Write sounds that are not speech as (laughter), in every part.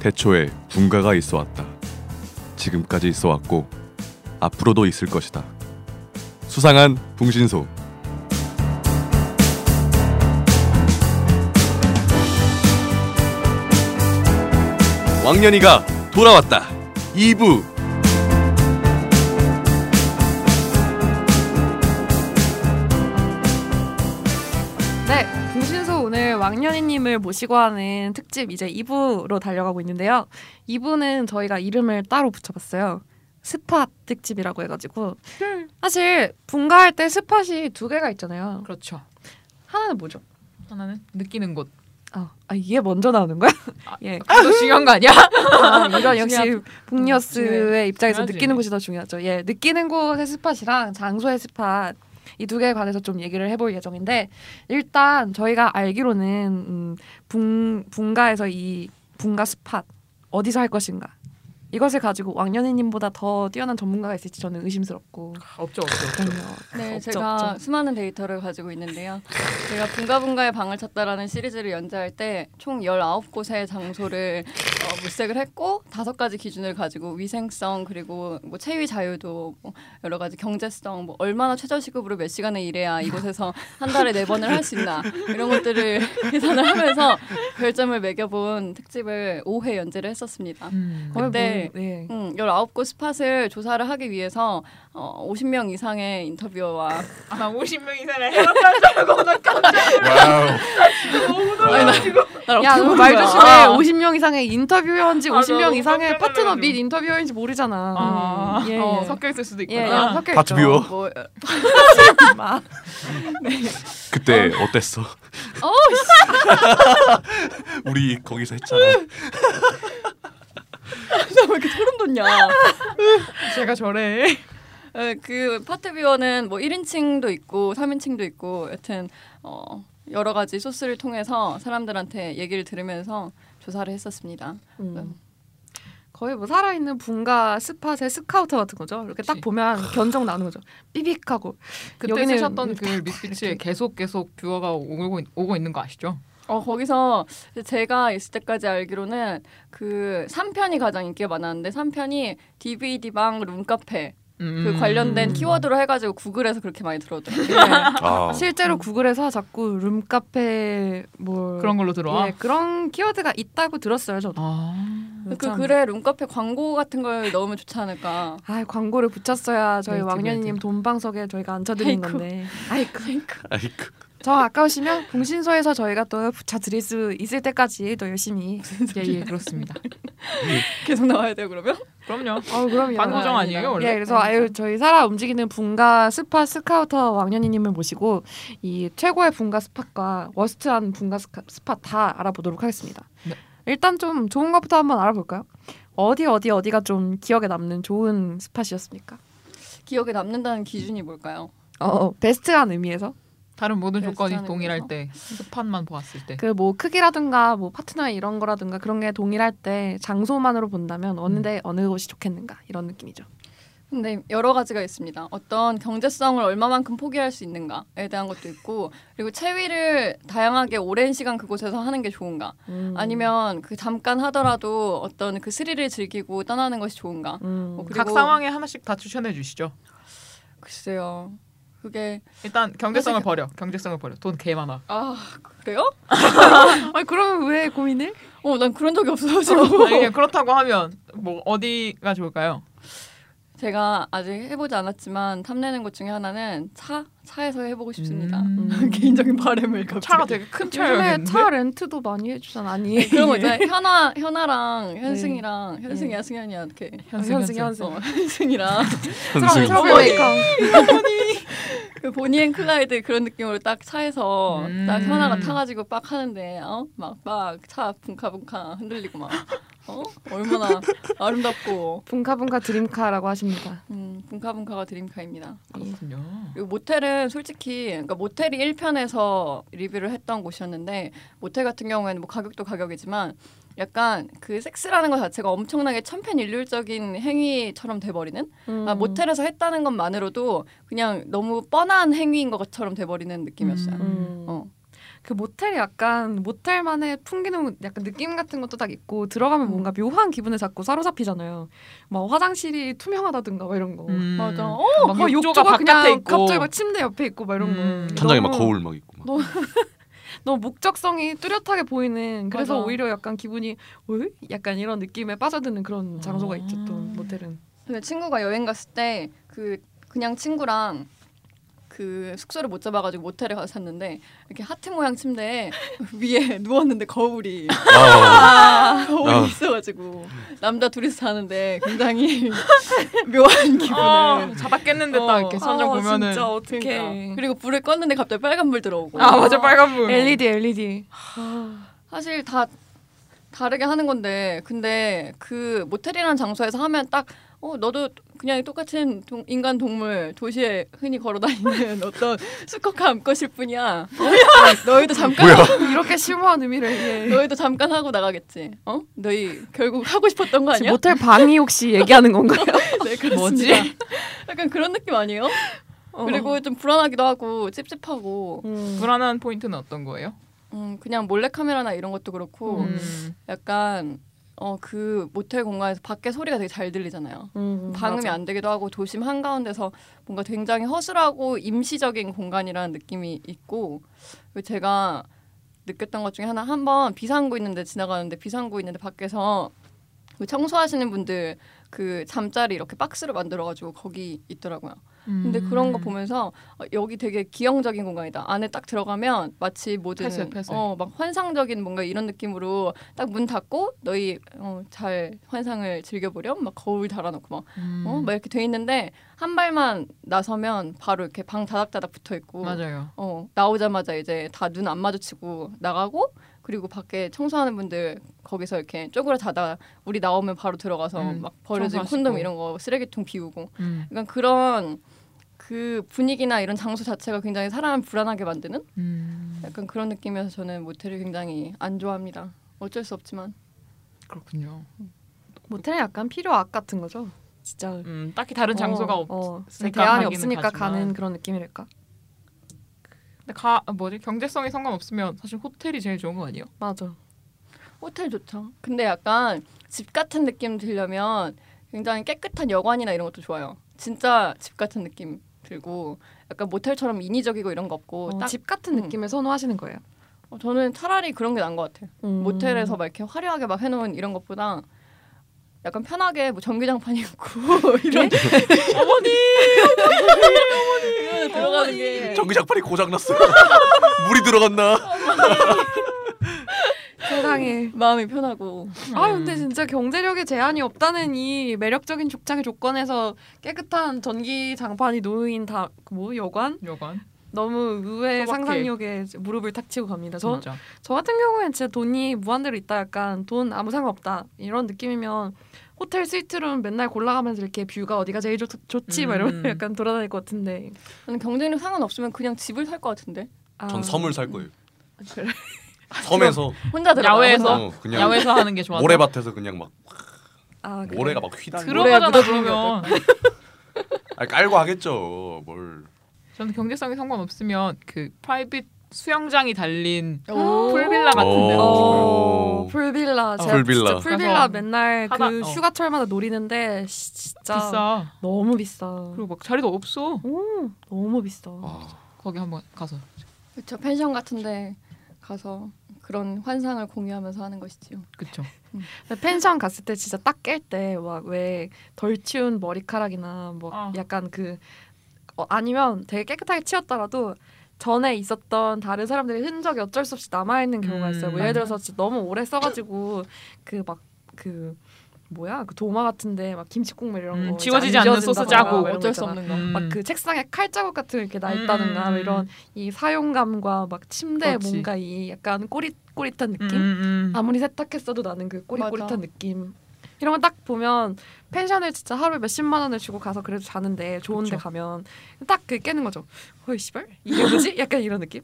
태초에 군가가 있어 왔다. 지금까지 있어 왔고 앞으로도 있을 것이다. 수상한 붕신소. 왕년이가 돌아왔다. 2부. 네, 궁신소 오늘 왕년이님을 모시고 하는 특집 이제 2부로 달려가고 있는데요. 2부는 저희가 이름을 따로 붙여봤어요. 스팟 특집이라고 해가지고 사실 분가할 때 스팟이 두 개가 있잖아요. 그렇죠. 하나는 뭐죠? 하나는 느끼는 (laughs) 곳. 아, 아 이게 먼저 나오는 거야? 예, 또 중요한 거 아니야? 아, 이런 역시 중요하다. 북녀스의 입장에서 중요하지. 느끼는 곳이 더 중요하죠. 예, 느끼는 곳의 스팟이랑 장소의 스팟 이 두 개에 관해서 좀 얘기를 해볼 예정인데 일단 저희가 알기로는 음, 붕 분가에서 이 분가 스팟 어디서 할 것인가 이것을 가지고 왕년희님보다 더 뛰어난 전문가가 있을지 저는 의심스럽고 (laughs) 없죠, 없죠. 그럼요. (laughs) (laughs) 네, 없죠, 제가 없죠. 수많은 데이터를 가지고 있는데요. 제가 분가분가의 방을 찾다라는 시리즈를 연재할 때 총 19곳의 장소를 어, 물색을 했고 다섯 가지 기준을 가지고 위생성 그리고 뭐 체위 자유도 뭐 여러 가지 경제성 뭐 얼마나 최저시급으로 몇 시간을 일해야 이곳에서 한 달에 네 번을 할 수 있나 이런 것들을 (laughs) 계산을 하면서 별점을 매겨본 특집을 5회 연재를 했었습니다. 음. 거의 그때- 뭐, 네. 음, 19곳 스팟을 조사를 하기 위해서 어, 50명 이상의 인터뷰어와 아마 50명 이상을 해봤다는 줄 알고 나 깜짝 놀라가지고 야, 어떻게 너무 보는 말 거야? 조심해. 아. 50명 이상의 인터뷰어인지 아, 50명 너무 이상의 깜짝 파트너 놀라가지고. 및 인터뷰어인지 모르잖아. 아, 음, 예, 어, 예. 섞여 있을 수도 예, 있구나. 예, 아, 섞여 파트 있죠. 뷰어? (laughs) 뭐 (laughs) 마. 그때 어땠어? (laughs) 우리 거기서 했잖아. 나왜 이렇게 소름 돋냐. 제가 저래. 에, 그 파트뷰어는 뭐 1인칭도 있고 3인칭도 있고 여튼 어, 여러 가지 소스를 통해서 사람들한테 얘기를 들으면서 조사를 했었습니다. 음. 거의 뭐 살아있는 분가 스팟의 스카우터 같은 거죠. 이렇게 딱 그치. 보면 견적 나오는 거죠. 삐빅하고. (laughs) 그때 여기는 쓰셨던 그 밋빛에 계속 계속 뷰어가 오고, 있- 오고 있는 거 아시죠? 어, 거기서 제가 있을 때까지 알기로는 그 3편이 가장 인기가 많았는데 3편이 DVD방 룸카페 음. 그 관련된 음. 키워드로 해가지고 구글에서 그렇게 많이 예. 들어오더라고요. 아, 네. 실제로 구글에서 자꾸 룸카페 뭐 그런 걸로 들어와. 예, 그런 키워드가 있다고 들었어요. 저도. 아, 그 참. 글에 룸카페 광고 같은 걸 넣으면 좋지 않을까. (laughs) 아 광고를 붙였어야 저희 네이티브 왕년이님 애들. 돈방석에 저희가 앉혀드린 아이쿠. 건데. 아이쿠. 아이쿠. 저 아까우시면 봉신소에서 저희가 또 붙여드릴 수 있을 때까지 또 열심히. 예예 그렇습니다. 계속 나와야 돼요 그러면? (laughs) 그럼요. 어 그럼요. 반고정 아닙니다. 아니에요 원래? 예, 그래서 아유 저희 살아 움직이는 분가 스팟 스카우터 왕년이님을 모시고 이 최고의 분가 스팟과 워스트한 분가 스카- 스팟 다 알아보도록 하겠습니다. 네. 일단 좀 좋은 것부터 한번 알아볼까요? 어디 어디 어디가 좀 기억에 남는 좋은 스팟이었습니까? 기억에 남는다는 기준이 뭘까요? 어 베스트한 의미에서 다른 모든 조건이 베스트하는 동일할 거죠. 때 스판만 보았을 때. 그 뭐 크기라든가 뭐 파트너 이런 거라든가 그런 게 동일할 때 장소만으로 본다면 어느 데 어느 곳이 좋겠는가 이런 느낌이죠. 근데 여러 가지가 있습니다. 어떤 경제성을 얼마만큼 포기할 수 있는가에 대한 것도 있고, 그리고 체위를 다양하게 오랜 시간 그곳에서 하는 게 좋은가, 음. 아니면 그 잠깐 하더라도 어떤 그 스릴을 즐기고 떠나는 것이 좋은가. 음. 뭐 그리고- 각 상황에 하나씩 다 추천해 주시죠. 글쎄요, 그게 일단 경제성을 그래서- 버려. 경제성을 버려. 돈 개 많아. 아 그래요? (laughs) 아니 그러면 왜 고민을? 어, 난 그런 적이 아니, 없어가지고 그냥 그렇다고 하면 뭐 어디가 좋을까요? 제가 아직 해보지 않았지만 탐내는 것 중에 하나는 차 차에서 해보고 싶습니다. 음. (laughs) 개인적인 바람을 갑자기. 차가 되게 큰 요즘에 차였는데. 차 렌트도 많이 해주잖아 아니 (laughs) 예, 그런 거 있잖아요. 현아, 현아랑 현승이랑 현승이야, 승현이야 이렇게. 현승, 현승, 현승. 현승. 어, 현승이랑 현승. 트러블 메이커 (laughs) 그 보니앤 클라이드 그런 느낌으로 딱 차에서 음. 딱 현아가 타가지고 빡 하는데 어? 어막막차 붕카붕카 흔들리고 막어 얼마나 아름답고 분카분카 드림카라고 하십니다 음 붕카붕카가 드림카입니다. 그렇군요. 그리고 모텔은 솔직히 그러니까 모텔이 1편에서 리뷰를 했던 곳이었는데 모텔 같은 경우에는 뭐 가격도 가격이지만 약간 그 섹스라는 것 자체가 엄청나게 천편일률적인 행위처럼 돼버리는 음. 아, 모텔에서 했다는 것만으로도 그냥 너무 뻔한 행위인 것처럼 돼버리는 느낌이었어요. 음. 음. 어. 그 모텔이 약간 모텔만의 풍기는 약간 느낌 같은 것도 딱 있고 들어가면 음. 뭔가 묘한 기분에 자꾸 사로잡히잖아요. 막 화장실이 투명하다든가 막 이런 거. 맞아. 맞아. 어, 음. 막 막 욕조가 욕조가 바깥에 그냥 있고. 갑자기 막 침대 옆에 있고 막 이런 음. 거. 천장에 막 너무- 거울 막 (laughs) 있고 막. 너무- 너무 목적성이 뚜렷하게 보이는 그래서 맞아. 오히려 약간 기분이 어이? 약간 이런 느낌에 빠져드는 그런 장소가 아. 있죠 또 모텔은 근데 친구가 여행 갔을 때 그 그냥 친구랑 그 숙소를 못 잡아가지고 모텔에 가서 잤는데 이렇게 하트 모양 침대에 (laughs) 위에 누웠는데 거울이 아, (laughs) 거울이 아. 있어가지고 남자 둘이서 자는데 굉장히 (laughs) 묘한 기분을 아, 잡았겠는데 딱 어. 이렇게 선정 보면은 진짜 어떡해 그러니까. 그리고 불을 껐는데 갑자기 빨간 불 들어오고 아 맞아 빨간 불. LED LED 아. 사실 다 다르게 하는 건데 근데 그 모텔이라는 장소에서 하면 딱 어 너도 그냥 똑같은 동- 인간 동물 도시에 흔히 걸어다니는 (laughs) 어떤 수컷함 것일 뿐이야 어? 너희도 잠깐 뭐야? 이렇게 심오한 의미를 예. 너희도 잠깐 하고 나가겠지 어 너희 결국 하고 싶었던 거 지금 아니야 모텔 방이 혹시 얘기하는 (laughs) 건가요? 네, 그렇습니다. 뭐, 뭐지? 약간 그런 느낌 아니에요 어. 그리고 좀 불안하기도 하고 찝찝하고 어. 음. 불안한 포인트는 어떤 거예요? 음, 그냥 몰래 카메라나 이런 것도 그렇고 음. 약간 어 그 모텔 공간에서 밖에 소리가 되게 잘 들리잖아요. 음, 방음이 맞아. 안 되기도 하고 도심 한가운데서 뭔가 굉장히 허술하고 임시적인 공간이라는 느낌이 있고 그리고 제가 느꼈던 것 중에 하나 한번 비상구 있는데 지나가는데 비상구 있는데 밖에서 그 청소하시는 분들 그 잠자리 이렇게 박스로 만들어 가지고 거기 있더라고요. 음. 근데 그런 거 보면서 어, 여기 되게 기형적인 공간이다. 안에 딱 들어가면 마치 모든 폐쇄, 폐쇄. 어, 막 환상적인 뭔가 이런 느낌으로 딱 문 닫고 너희 어, 잘 환상을 즐겨보렴 막 거울 달아놓고 막, 음. 어, 막 이렇게 돼 있는데 한 발만 나서면 바로 이렇게 방 다닥다닥 붙어 뭐. 있고 맞아요. 어, 나오자마자 이제 다 눈 안 마주치고 나가고 그리고 밖에 청소하는 분들 거기서 이렇게 쪼그라다다 우리 나오면 바로 들어가서 음, 막 버려진 청소하시고. 콘돔 이런 거 쓰레기통 비우고 음. 그러니까 그런 그 분위기나 이런 장소 자체가 굉장히 사람을 불안하게 만드는 음. 약간 그런 느낌이어서 저는 모텔을 굉장히 안 좋아합니다. 어쩔 수 없지만 그렇군요. 모텔은 약간 필요악 같은 거죠 진짜 음, 딱히 다른 어, 장소가 없. 어, 없으니까 대안이 가기는 없으니까 가지만. 가는 그런 느낌이랄까 근데 가 아, 뭐지 경제성이 상관없으면 사실 호텔이 제일 좋은 거 아니에요? 맞아 호텔 좋죠. 근데 약간 집 같은 느낌 들려면 굉장히 깨끗한 여관이나 이런 것도 좋아요. 진짜 집 같은 느낌 들고 약간 모텔처럼 인위적이고 이런 거 없고 어, 딱 집 같은 음. 느낌을 선호하시는 거예요 어, 저는 차라리 그런 게 나은 것 같아요. 음. 모텔에서 막 이렇게 화려하게 막 해놓은 이런 것보다 약간 편하게 뭐 전기장판 있고 (laughs) 이런 어머니 이런 데 들어가는 게 전기장판이 고장났어. 물이 들어갔나? 세상에 마음이 편하고 아 근데 진짜 경제력에 제한이 없다는 이 매력적인 죽창의 조건에서 깨끗한 전기 장판이 놓인 다 뭐 여관 여관 너무 의외의 소박해. 음. 상상력에 무릎을 탁 치고 갑니다. 저 저 진짜 같은 경우엔 진짜 돈이 무한대로 있다 약간 돈 아무 상관없다 이런 느낌이면 호텔 스위트룸 맨날 골라가면서 이렇게 뷰가 어디가 제일 좋, 좋지 막 음. 이러면서 약간 돌아다닐 것 같은데 저는 경쟁력 상관없으면 그냥 집을 살 것 같은데 아, 전 섬을 살 거예요. 그래. (laughs) 섬에서 혼자 들어 야외에서? 어, 그냥 야외에서 하는 게 좋아. 모래밭에서 그냥 막 아, 그래. 모래가 막 휘날려. 모래 들어가잖아 묻어주는 게 그러면 아니, 깔고 하겠죠. 뭘? 저는 경제성이 상관없으면 그 프라이빗 수영장이 달린 오. 풀빌라 같은 데로 어, 오. 풀빌라 제가 풀빌라. 진짜 풀빌라 가서 맨날 하다- 그 어. 휴가철마다 노리는데 시- 진짜 비싸. 너무 비싸. 그리고 막 자리도 없어. 오, 너무 비싸. 아, 거기 한번 가서 그렇죠 펜션 같은데 가서 그런 환상을 공유하면서 하는 것이지요 그쵸. 근데 펜션 갔을 때 진짜 딱 깰 때 막 왜 덜 치운 머리카락이나 뭐 어. 약간 그 어, 아니면 되게 깨끗하게 치웠더라도 전에 있었던 다른 사람들의 흔적이 어쩔 수 없이 남아 있는 경우가 음, 있어요. 뭐 맞아. 예를 들어서 진짜 너무 오래 써가지고 그 막 그 뭐야 그 도마 같은데 막 김치국물 이런 음, 거 이제 지워지지 안 않는 지워진다거나 소스 짜고 막 이런 거뭐 어쩔 수 있잖아. 없는 거 음. 막 그 책상에 칼자국 같은 게 이렇게 나 음, 있다든가 음, 뭐 이런 이 사용감과 막 침대에 그렇지. 뭔가 이 약간 꼬릿꼬릿한 음, 느낌 음, 음. 아무리 세탁했어도 나는 그 꼬릿꼬릿한 맞아. 느낌 이런 거 딱 보면 펜션을 진짜 하루에 몇십만 원을 주고 가서 그래도 자는데 좋은데 그쵸. 가면 딱 그 깨는 거죠 허이 씨발 이게 뭐지 약간 이런 느낌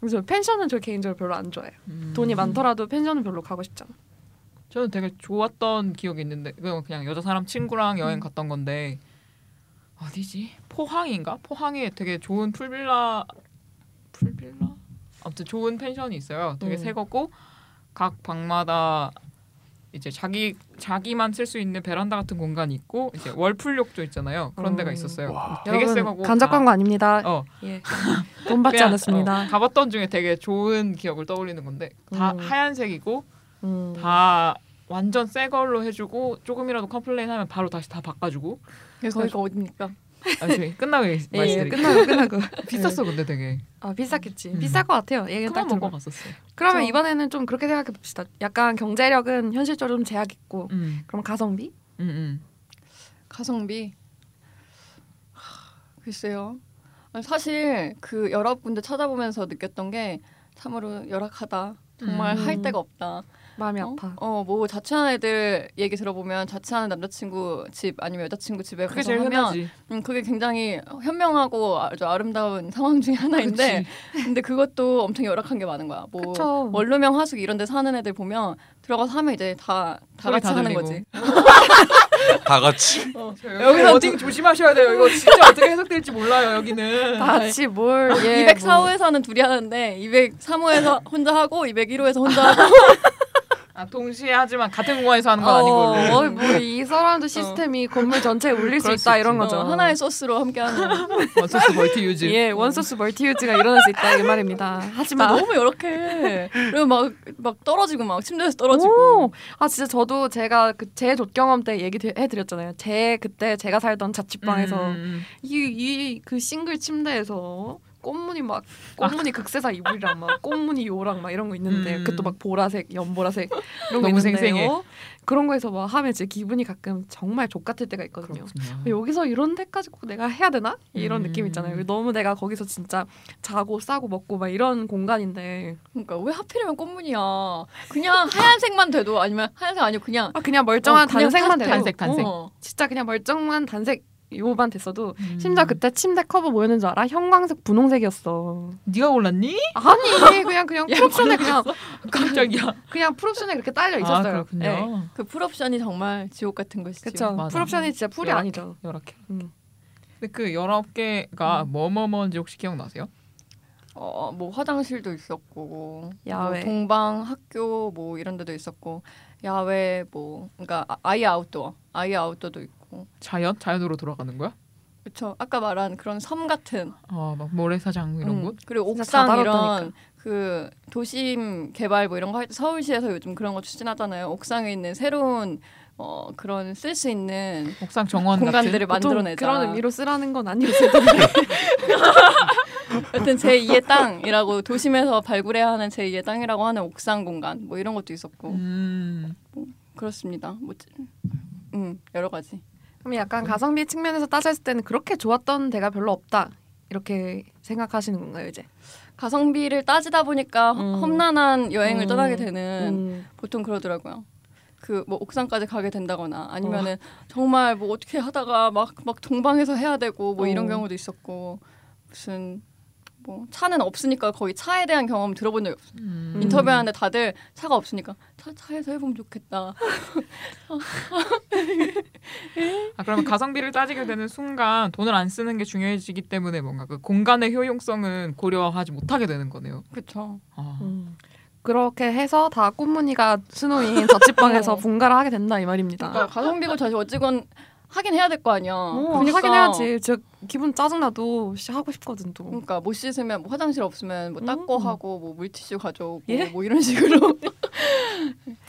그래서 펜션은 저 개인적으로 별로 안 좋아해요 음. 돈이 많더라도 펜션은 별로 가고 싶지 않아 저는 되게 좋았던 기억이 있는데 그건 그냥 여자 사람 음. 친구랑 여행 갔던 건데 어디지 포항인가 포항에 되게 좋은 풀빌라 풀빌라 아무튼 좋은 펜션이 있어요. 되게 음. 새 거고 각 방마다 이제 자기 자기만 쓸 수 있는 베란다 같은 공간이 있고 이제 월풀 욕조 있잖아요. 그런 데가 음. 있었어요. 와. 되게 새 거고 여러분 간접 다- 광고 아닙니다. 어, 예. 돈 받지 그냥, 않았습니다. 어, 가봤던 중에 되게 좋은 기억을 떠올리는 건데 다 음. 하얀색이고 음. 어. 다 완전 새 걸로 해주고 조금이라도 컴플레인하면 바로 다시 다 바꿔주고 그래서 거기가 어딥니까? 아, (laughs) 저기 끝나고 예, 말씀드릴게요. (laughs) 끝나고 끝나고. 비쌌어 근데 되게 아 비쌌겠지. 음. 뭐 비쌀 것 같아요. 얘기 딱 그만 들고. 먹고 갔었어요. 그러면 그쵸. 이번에는 좀 그렇게 생각해 봅시다. 약간 경제력은 현실적으로 좀 제약 있고. 음, 그럼 가성비? 음, 음. 가성비 하, 글쎄요. 아니, 사실 그 여러 군데 찾아보면서 느꼈던 게 참으로 열악하다. 정말 음. 할 데가 없다. 마음이 어? 아파. 어, 뭐 자취하는 애들 얘기 들어보면 자취하는 남자친구 집 아니면 여자친구 집에 그게 가서 제일 하면 흔하지. 음, 그게 굉장히 현명하고 아주 아름다운 상황 중에 하나인데 근데 그것도 엄청 열악한 게 많은 거야. 뭐 그쵸. 원룸형 하숙 이런 데 사는 애들 보면 들어가서 하면 이제 다 다 소리 같이 다 하는 들리고. 거지. 다 같이 어, 여기서 워딩 조심하셔야 돼요. 이거 진짜 어떻게 해석될지 몰라요. 여기는 다 같이 (laughs) 뭘? 예, 204호에서는 뭐 둘이 하는데 203호에서 혼자 하고 201호에서 혼자 하고 아, 동시에 하지만 같은 공간에서 하는 뭐. 건 (laughs) 아니고. 어, 뭐이 서라운드 시스템이 건물 전체에 울릴 수 그럴 수 있다 이런 있지. 거죠. 어, 하나의 소스로 함께 하는 거. 원소스 멀티 유즈. 예, 음. 원소스 멀티 유즈가 일어날 수 있다 이 (laughs) 말입니다. 하지만 너무 너무 요렇게 그리고 막, 막 떨어지고 막 침대에서 떨어지고 오, 아 진짜 저도 제가 그제 돛경험 때 얘기 드- 해드렸잖아요. 제 그때 제가 살던 자취방에서 음, 이 이 그 싱글 침대에서 꽃무늬 막 꽃무늬 극세사 이불이랑 막 꽃무늬 요랑 막 이런 거 있는데 음. 그것도 막 보라색, 연보라색 이런 거 너무 있는데요. 생생해. 그런 거에서 막 하면 제 기분이 가끔 정말 족 같을 때가 있거든요. 그렇군요. 여기서 이런 데까지 꼭 내가 해야 되나? 이런 음. 느낌 있잖아요. 너무 내가 거기서 진짜 자고 싸고 먹고 막 이런 공간인데 그러니까 왜 하필이면 꽃무늬야 그냥 하얀색만 돼도 아니면 하얀색 아니고 그냥 아 그냥 멀쩡한 어, 그냥 단색만 파스텔. 돼도 단색, 단색. 어, 어. 진짜 그냥 멀쩡한 단색 요만 됐어도 음. 심지어 그때 침대 커버 뭐였는 줄 알아? 형광색 분홍색이었어. (laughs) 네가 올랐니? 아니 그냥 그냥 (laughs) 풀옵션에 그냥 깜짝이야. 그냥 풀옵션에 그렇게 딸려 아 있었어요. 그렇군요. 네. 그 풀옵션이 정말 지옥 같은 것이지 그쵸. 맞아. 풀옵션이 진짜 풀이 열악. 아니죠. 열악해. 음. 근데 그 열아홉 개가 음. 뭐뭐뭐인지 혹시 기억나세요? 어, 뭐 화장실도 있었고 야외. 뭐 동방 학교 뭐 이런 데도 있었고 야외 뭐 그러니까 아- 아예 아웃도어 아예 아웃도어도 있고 자연? 자연으로 돌아가는 거야? 그쵸 아까 말한 그런 섬 같은 아막 모래사장 이런 음, 곳? 그리고 진짜 옥상 이런 다다랐다니까. 그 도심 개발 뭐 이런 거 할 때 서울시에서 요즘 그런 거 추진하잖아요 옥상에 있는 새로운 어 그런 쓸 수 있는 옥상 정원 공간들을 보통 만들어내자 그런 의미로 쓰라는 건 아니었을 (laughs) 텐데. 여튼 제2의 땅이라고 도심에서 발굴해야 하는 제2의 땅이라고 하는 옥상 공간 뭐 이런 것도 있었고 같은. 음. 그렇습니다. 뭐, 음 여러 가지. 그럼 음. 약간 가성비 측면에서 따졌을 때는 그렇게 좋았던 데가 별로 없다 이렇게 생각하시는 건가요 이제? 가성비를 따지다 보니까 허- 음. 험난한 여행을 음. 떠나게 되는 음. 보통 그러더라고요. 그 뭐 옥상까지 가게 된다거나 아니면은 정말 뭐 어떻게 하다가 막 막 동방에서 해야 되고 뭐 이런 어. 경우도 있었고 무슨 뭐 차는 없으니까 거의 차에 대한 경험 들어본 적이 없어요. 음. 인터뷰하는데 다들 차가 없으니까 차 차에서 해보면 좋겠다. 아 그러면 가성비를 따지게 되는 순간 돈을 안 쓰는 게 중요해지기 때문에 뭔가 그 공간의 효용성은 고려하지 못하게 되는 거네요. 그렇죠. 아. 음. 그렇게 해서 다 꽃무늬가 (laughs) 수놓인 자취방에서 어. 분가를 하게 된다 이 말입니다. 그러니까 가성비고 다시 어찌건 하긴 해야 될 거 아니야. 아. 그러니까 어, 하긴 해야지. 진짜 기분 짜증나도 씨, 하고 싶거든 또. 그러니까 못 씻으면 뭐 화장실 없으면 뭐 닦고 음. 하고 뭐 물티슈 가져오고 예? 뭐 이런 (laughs) 식으로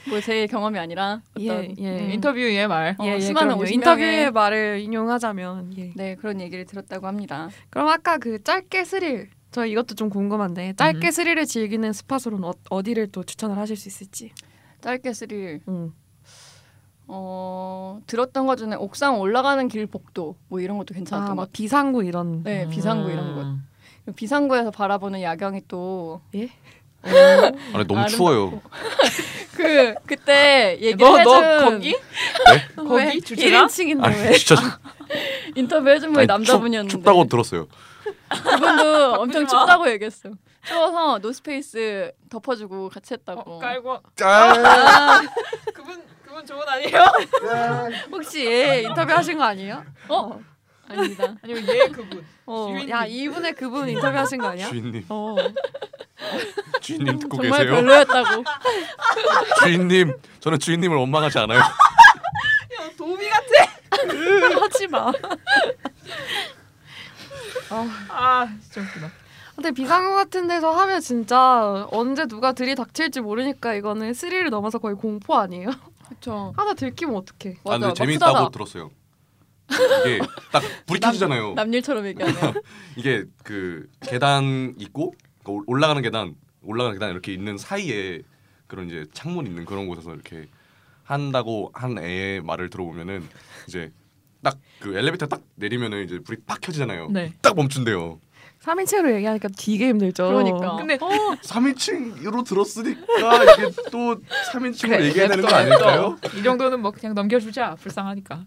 뭐 제 경험이 아니라 어떤 예, 예. 음, 네, 인터뷰의 말. 어, 예, 예, 수많은 그럼요. 50명의 인터뷰의 말을 인용하자면 예. 네 그런 얘기를 들었다고 합니다. 그럼 아까 그 짧게 스릴 저 이것도 좀 궁금한데 짧게 음. 스릴을 즐기는 스팟으로는 어, 어디를 또 추천을 하실 수 있을지. 짧게 스릴 음. 어 들었던 것 중에 옥상 올라가는 길 복도 뭐 이런 것도 괜찮았던 것 아막 같아요. 비상구 이런. 네 비상구 이런 것 음. 그리고 비상구에서 바라보는 야경이 또 예? 아니 너무 아름답고. 추워요 그 그때 얘기를 너, 해준 너 (laughs) 거기? 네? 왜? 거기 주제가? 1인칭인데 아니 왜? 진짜 추- 인터뷰 해준 분이 아니, 남자분이었는데 춥, 다고 들었어요 그분도 엄청 마. 춥다고 얘기했어. 요 추워서 노스페이스 덮어주고 같이 했다고. 어, 깔고 아, 그분 그분 좋은 아니에요? 혹시 얘 인터뷰 하신 거 아니에요? 어? 아닙니다. 아니면 얘 그분? 어, 주인님. 야 이분의 그분 인터뷰 하신 거 아니야? 주인님 어. 주인님 듣고 정말 계세요? 별로였다고. 주인님, 저는 주인님을 원망하지 않아요. 도미 같아. 하지 마. 아 진짜 웃기다. 근데 비상구 같은 데서 하면 진짜 언제 누가 들이닥칠지 모르니까 이거는 스릴을 넘어서 거의 공포 아니에요? (laughs) 그렇죠. 하나 들키면 어떡해. 아, 맞아. 근데 막 재밌다고 후다닥. 그 들었어요. 이게 딱 불이 켜지잖아요. 남일처럼 얘기하네요. 이게 그 계단 있고 그 올- 올라가는 계단, 올라가는 계단 이렇게 있는 사이에 그런 이제 창문 있는 그런 곳에서 이렇게 한다고 한 애의 말을 들어보면은 이제 딱 그 엘리베이터 딱 내리면은 이제 불이 팍 켜지잖아요. 네. 딱 멈춘대요. 3인칭으로 얘기하니까 되게 힘들죠. 그러니까. 근데 3인칭으로 들었으니까 이게 또 3인칭으로 얘기해야 되는 거 아닐까요? 이 정도는 뭐 그냥 넘겨주자. 불쌍하니까.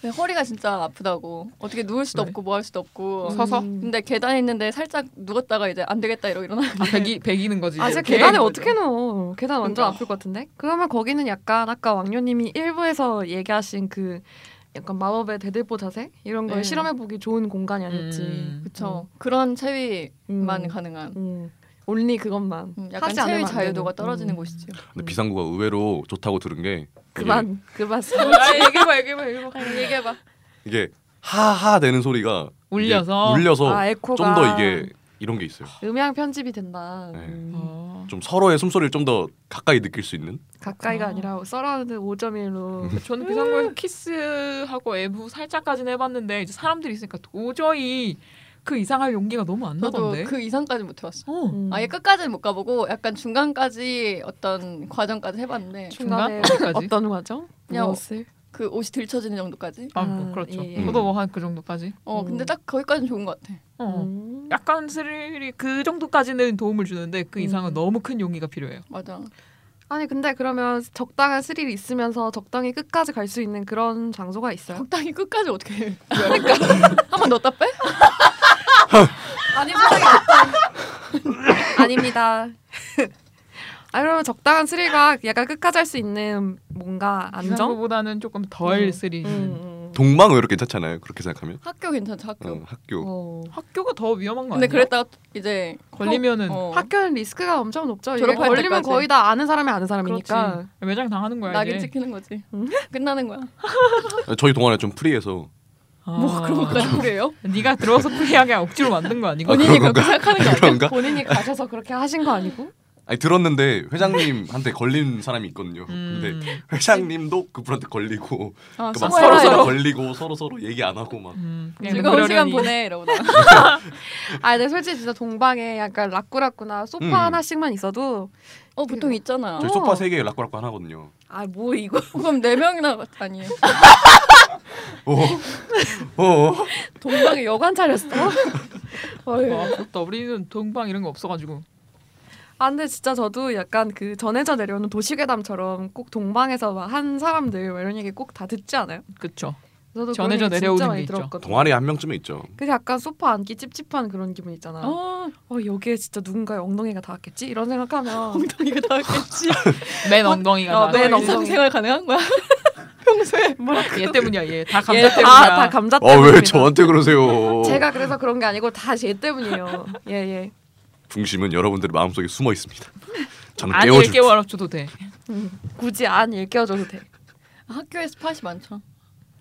근데 허리가 진짜 아프다고. 어떻게 누울 수도 네. 없고 뭐 할 수도 없고. 음. 서서? 근데 계단에 있는데 살짝 누웠다가 이제 안 되겠다 이러고 일어나. 아, 배기 배기는 거지. 아, 진짜 이렇게. 계단에 어떻게 넣어? 계단 완전 그러니까. 아플 것 같은데? 그러면 거기는 약간 아까 왕녀님이 1부에서 얘기하신 그 약간 마법의 대들보 자세? 이런 걸 네. 실험해보기 좋은 공간이 아닐지. 음. 그렇죠. 그런 체위만 음. 가능한. 음. 온리 그것만. 음, 약간 하지 않으면 체위 안 되는. 자유도가 떨어지는 음. 곳이죠. 근데 비상구가 의외로 좋다고 들은 게 이게- 그만, 그만. 아, 얘기해봐 얘기해봐 얘기해봐. 얘기해봐. 이게 하하 되는 소리가 이게 울려서. 울려서 아, 에코가 좀 더 이게 이런 게 있어요. 음향 편집이 된다. 네. 음. 어. 좀 서로의 숨소리를 좀 더 가까이 느낄 수 있는 가까이가 아. 아니라 서라운드 5.1로 음. 그 저는 비상구에서 키스하고 애부 살짝까지는 해봤는데 이제 사람들이 있으니까 도저히 그 이상할 용기가 너무 안 저도 나던데. 그 이상까지 못 해봤어. 어. 음. 아예 끝까지는 못 가보고 약간 중간까지 어떤 과정까지 해봤는데 중간에 중간까지? 어떤 과정? 그냥 무엇을? 그 옷이 들쳐지는 정도까지. 아, 아, 뭐 그렇죠. 예, 예. 저도 뭐 한 그 정도까지. 어 근데 음. 딱 거기까지는 좋은 것 같아. 어. 음. 약간 스릴이 그 정도까지는 도움을 주는데 그 이상은 음. 너무 큰 용기가 필요해요. 맞아. 아니 근데 그러면 적당한 스릴이 있으면서 적당히 끝까지 갈 수 있는 그런 장소가 (laughs) 있어요? 적당히 끝까지 어떻게 해? 그러니까 한 번 넣었다 빼? 아니면 아닙니다. (laughs) 아니 그러면 적당한 스릴과 약간 끝까지 할 수 있는 뭔가 안정? 비상구보다는 조금 덜 음. 스릴. 음, 음. 동방 의외로 괜찮잖아요. 그렇게 생각하면 학교 괜찮죠 학교. 어, 학교 어. 학교가 더 위험한 거 근데 아니야? 그랬다가 이제 걸리면은 어, 학교는 리스크가 엄청 높죠. 이게 졸업할 걸리면 때까지. 거의 다 아는 사람이 아는 그렇지. 사람이니까. 매장 당하는 거야 낙인 이제. 찍히는 거지. 음. 끝나는 거야. 어, 저희 동아리 좀 프리해서 아. 뭐 그런 것까지 그래요? (laughs) 네가 들어서 프리하게 억지로 만든 거 아니고? 본인이 그런 건가? 그렇게 생각하는 거 아니야? 그런가? 본인이 가셔서 그렇게 하신 거 아니고? 아니 들었는데 회장님한테 걸린 사람이 있거든요. 음, 근데 회장님도 그분한테 걸리고 아, 그막 서로 수고해라 서로 이러고. 걸리고 서로 서로 얘기 안 하고 막 음, 그냥 즐거운 시간 그러려니. 보내 이러고 나. 아, 근데 솔직히 진짜 동방에 약간 라꾸라꾸나 소파 음. 하나씩만 있어도 어 보통 있잖아. 저희 어. 소파 세 개에 락구락구 하나거든요. 아, 뭐 이거 그럼 네 명이나 아니 오, 오, 동방에 여관 (laughs) 차렸어? 와 부럽다. 어, 우리는 동방 이런 거 없어가지고. 아, 근데 진짜 저도 약간 그 전해져 내려오는 도시괴담처럼 꼭 동방에서 막 한 사람들 막 이런 얘기 꼭 다 듣지 않아요? 그쵸. 저도 전해져 그런 얘기 내려오는 진짜 많이 게 있죠. 들었거든요. 동아리 한 명쯤은 있죠. 그래서 약간 소파 앉기 찝찝한 그런 기분 있잖아. 어? 어 여기에 진짜 누군가의 엉덩이가 닿았겠지? 이런 생각하면 엉덩이가 닿았겠지. 맨 엉덩이가 나. 맨 너의 엉덩이. 일상생활 가능한 거야? (laughs) 평소에 얘 때문이야 얘. 다 감자 때문이야. 아, 얘다 다 감자 아 때문이다. 왜 저한테 그러세요? 제가 그래서 그런 게 아니고 다 제 때문이에요. 예 예. 중심은 여러분들의 마음속에 숨어 있습니다. 저는 아니 음, 깨워줄 깨워 알아줘도 돼. 음, 굳이 안 일깨워줘도 돼. 학교에 스팟이 많죠.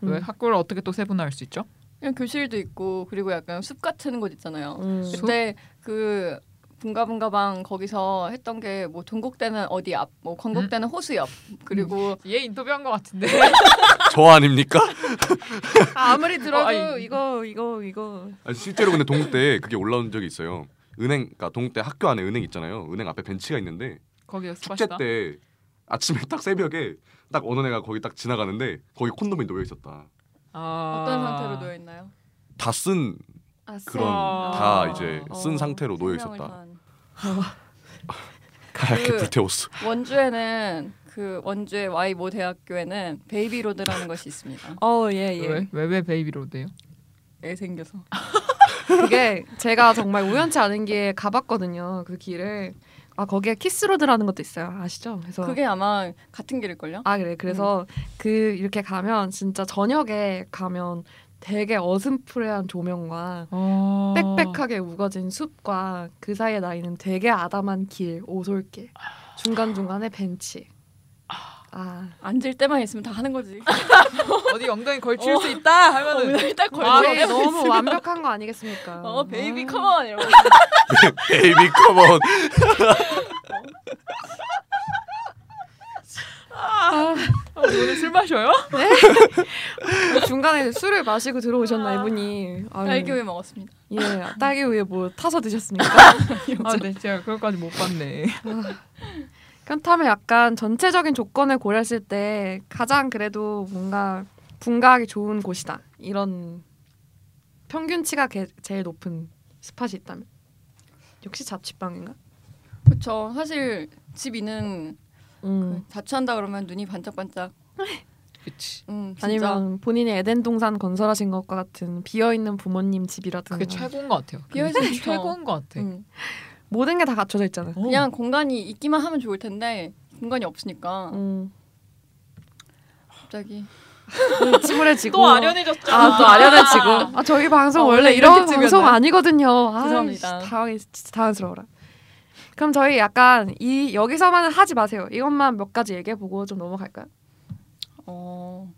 음. 왜 학교를 어떻게 또 세분화할 수 있죠? 그냥 교실도 있고 그리고 약간 숲 같은 곳 있잖아요. 음. 그때 그 분가분가방 거기서 했던 게 뭐 동국대는 어디 앞, 뭐 건국대는 호수 옆, 그리고 얘 인터뷰한 거 같은데. 저 아닙니까? 아, 아무리 들어도 아이. 이거 이거 이거 아니, 실제로 근데 동국 때 그게 올라온 적이 있어요. 은행, 그러니까 동국 때 학교 안에 은행 있잖아요. 은행 앞에 벤치가 있는데 (laughs) 거기가 축제 스팟이다. 때 아침에 딱 새벽에 딱 어느 애가 거기 딱 지나가는데 거기 콘돔이 놓여 있었다. 아. 어떤 상태로 놓여 있나요? 다 쓴 아, 그런 아. 다 이제 쓴 어, 상태로 놓여 있었다. 설명을 좀. 하얗게 그- 불태웠어. 원주에는 그 원주의 Y모 대학교에는 베이비로드라는 것이 있습니다. 어예 예. 왜? 왜 왜 베이비로드예요? 애 생겨서. 그게 제가 정말 우연치 않은 기회에 가봤거든요. 그 길을 아 거기에 키스로드라는 것도 있어요. 아시죠? 그래서 그게 아마 같은 길일걸요? 음. 아 그래 그래서 그 이렇게 가면 진짜 저녁에 가면 되게 어슴푸레한 조명과 어... 빽빽하게 우거진 숲과 그 사이에 나 있는 되게 아담한 길, 오솔길. 중간중간에 벤치. 아, 앉을 때만 있으면 다 하는 거지. 어디 엉덩이 걸칠 수 있다 하면은 엉덩이 딱 아, 걸쳐. 이게 너무 완벽한 거 아니겠습니까? 어 베이비 컴온 이러고. 어, 베이비 컴온. 어, 오늘 술 마셔요? 네. (laughs) 중간에 술을 마시고 들어오셨나 이분이. 아유, 딸기우유 먹었습니다. 예, 딸기 위에 뭐 타서 드셨습니까? 아, 네, 제가 그것까지 못 봤네. 그렇다면 약간 전체적인 조건을 고려했을 때 가장 그래도 뭔가 분가하기 좋은 곳이다 이런 평균치가 게, 제일 높은 스팟이 있다면 역시 자취방인가? 그쵸. 사실 집 있는 음. 자취한다 그러면 눈이 반짝반짝. 그치. 음, 진짜. 아니면 본인이 에덴 동산 건설하신 것과 같은 비어 있는 부모님 집이라든가 그게 최고인 것 같아요. 비어있으면 그게 좋죠. 최고인 것 같아. 음. 모든 게 다 갖춰져 있잖아. 어. 그냥 공간이 있기만 하면 좋을 텐데 공간이 없으니까 음. 갑자기 (laughs) 침울해지고 또 아련해졌죠. 아또 아련해지고 아 저희 방송 아, 원래, 원래 이런 이런 집이었나요? 방송 아니거든요. 아, 죄송합니다. 당황해 진짜 당황스러워라. 그럼 저희 약간 이 여기서만은 하지 마세요. 이것만 몇 가지 얘기해 보고 좀 넘어갈까요? 어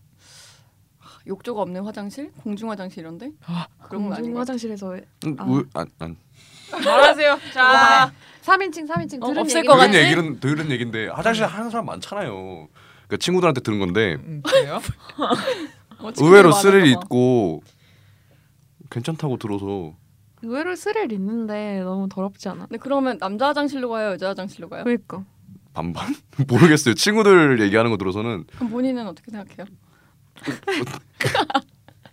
하, 욕조가 없는 화장실, 공중 화장실 이런데 아, 그런 건 공중 아닌 것 같아. 화장실에서 음, 아. 우- 안, 안. (laughs) 말하세요. 자, 3인칭 3인칭 어, 들은 없을 얘기 것 들은 같아. 그 얘기는 들은 얘긴데 화장실 하는 사람 많잖아요. 그러니까 친구들한테 들은 건데 음, 그래요? 어, 친구들이 의외로 많은가 스릴 봐. 있고 괜찮다고 들어서 의외로 스릴 있는데 너무 더럽지 않아? 근데 그러면 남자 화장실로 가요, 여자 화장실로 가요? 그러니까 반반 (laughs) 모르겠어요. 친구들 얘기하는 거 들어서는 그럼 본인은 어떻게 생각해요?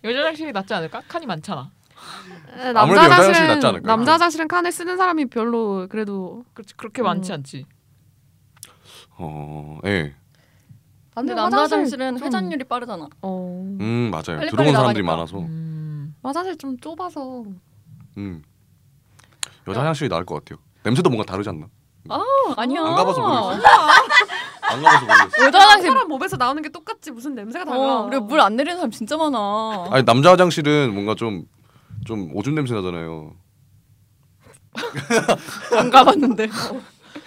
여자 장실이 낫지 않을까? 칸이 많잖아. 에, 네, 아무래도 남자 여자 화장실이 화장실은 낫지 않을까요? 남자 화장실은 칸을 쓰는 사람이 별로 그래도 그렇지 그렇게 음. 많지 않지. 어, 예, 근데 남자 화장실은 회전율이 빠르잖아. 어 음 맞아요. 빨리빨리 들어온 사람들이 나가니까. 많아서 음. 화장실 좀 좁아서 음. 여자 화장실이 나을 것 같아요. 냄새도 뭔가 다르지 않나? 어, 아니야. 안 가봐서 모르겠어. 안 가봐서 모르겠어. 여자 화장실 사람 몸에서 나오는 게 똑같지 무슨 냄새가 달라? 어, 그래 물안 내리는 사람 진짜 많아. 아니 남자 화장실은 뭔가 좀 좀 오줌 냄새 나잖아요. (laughs) 안 가봤는데.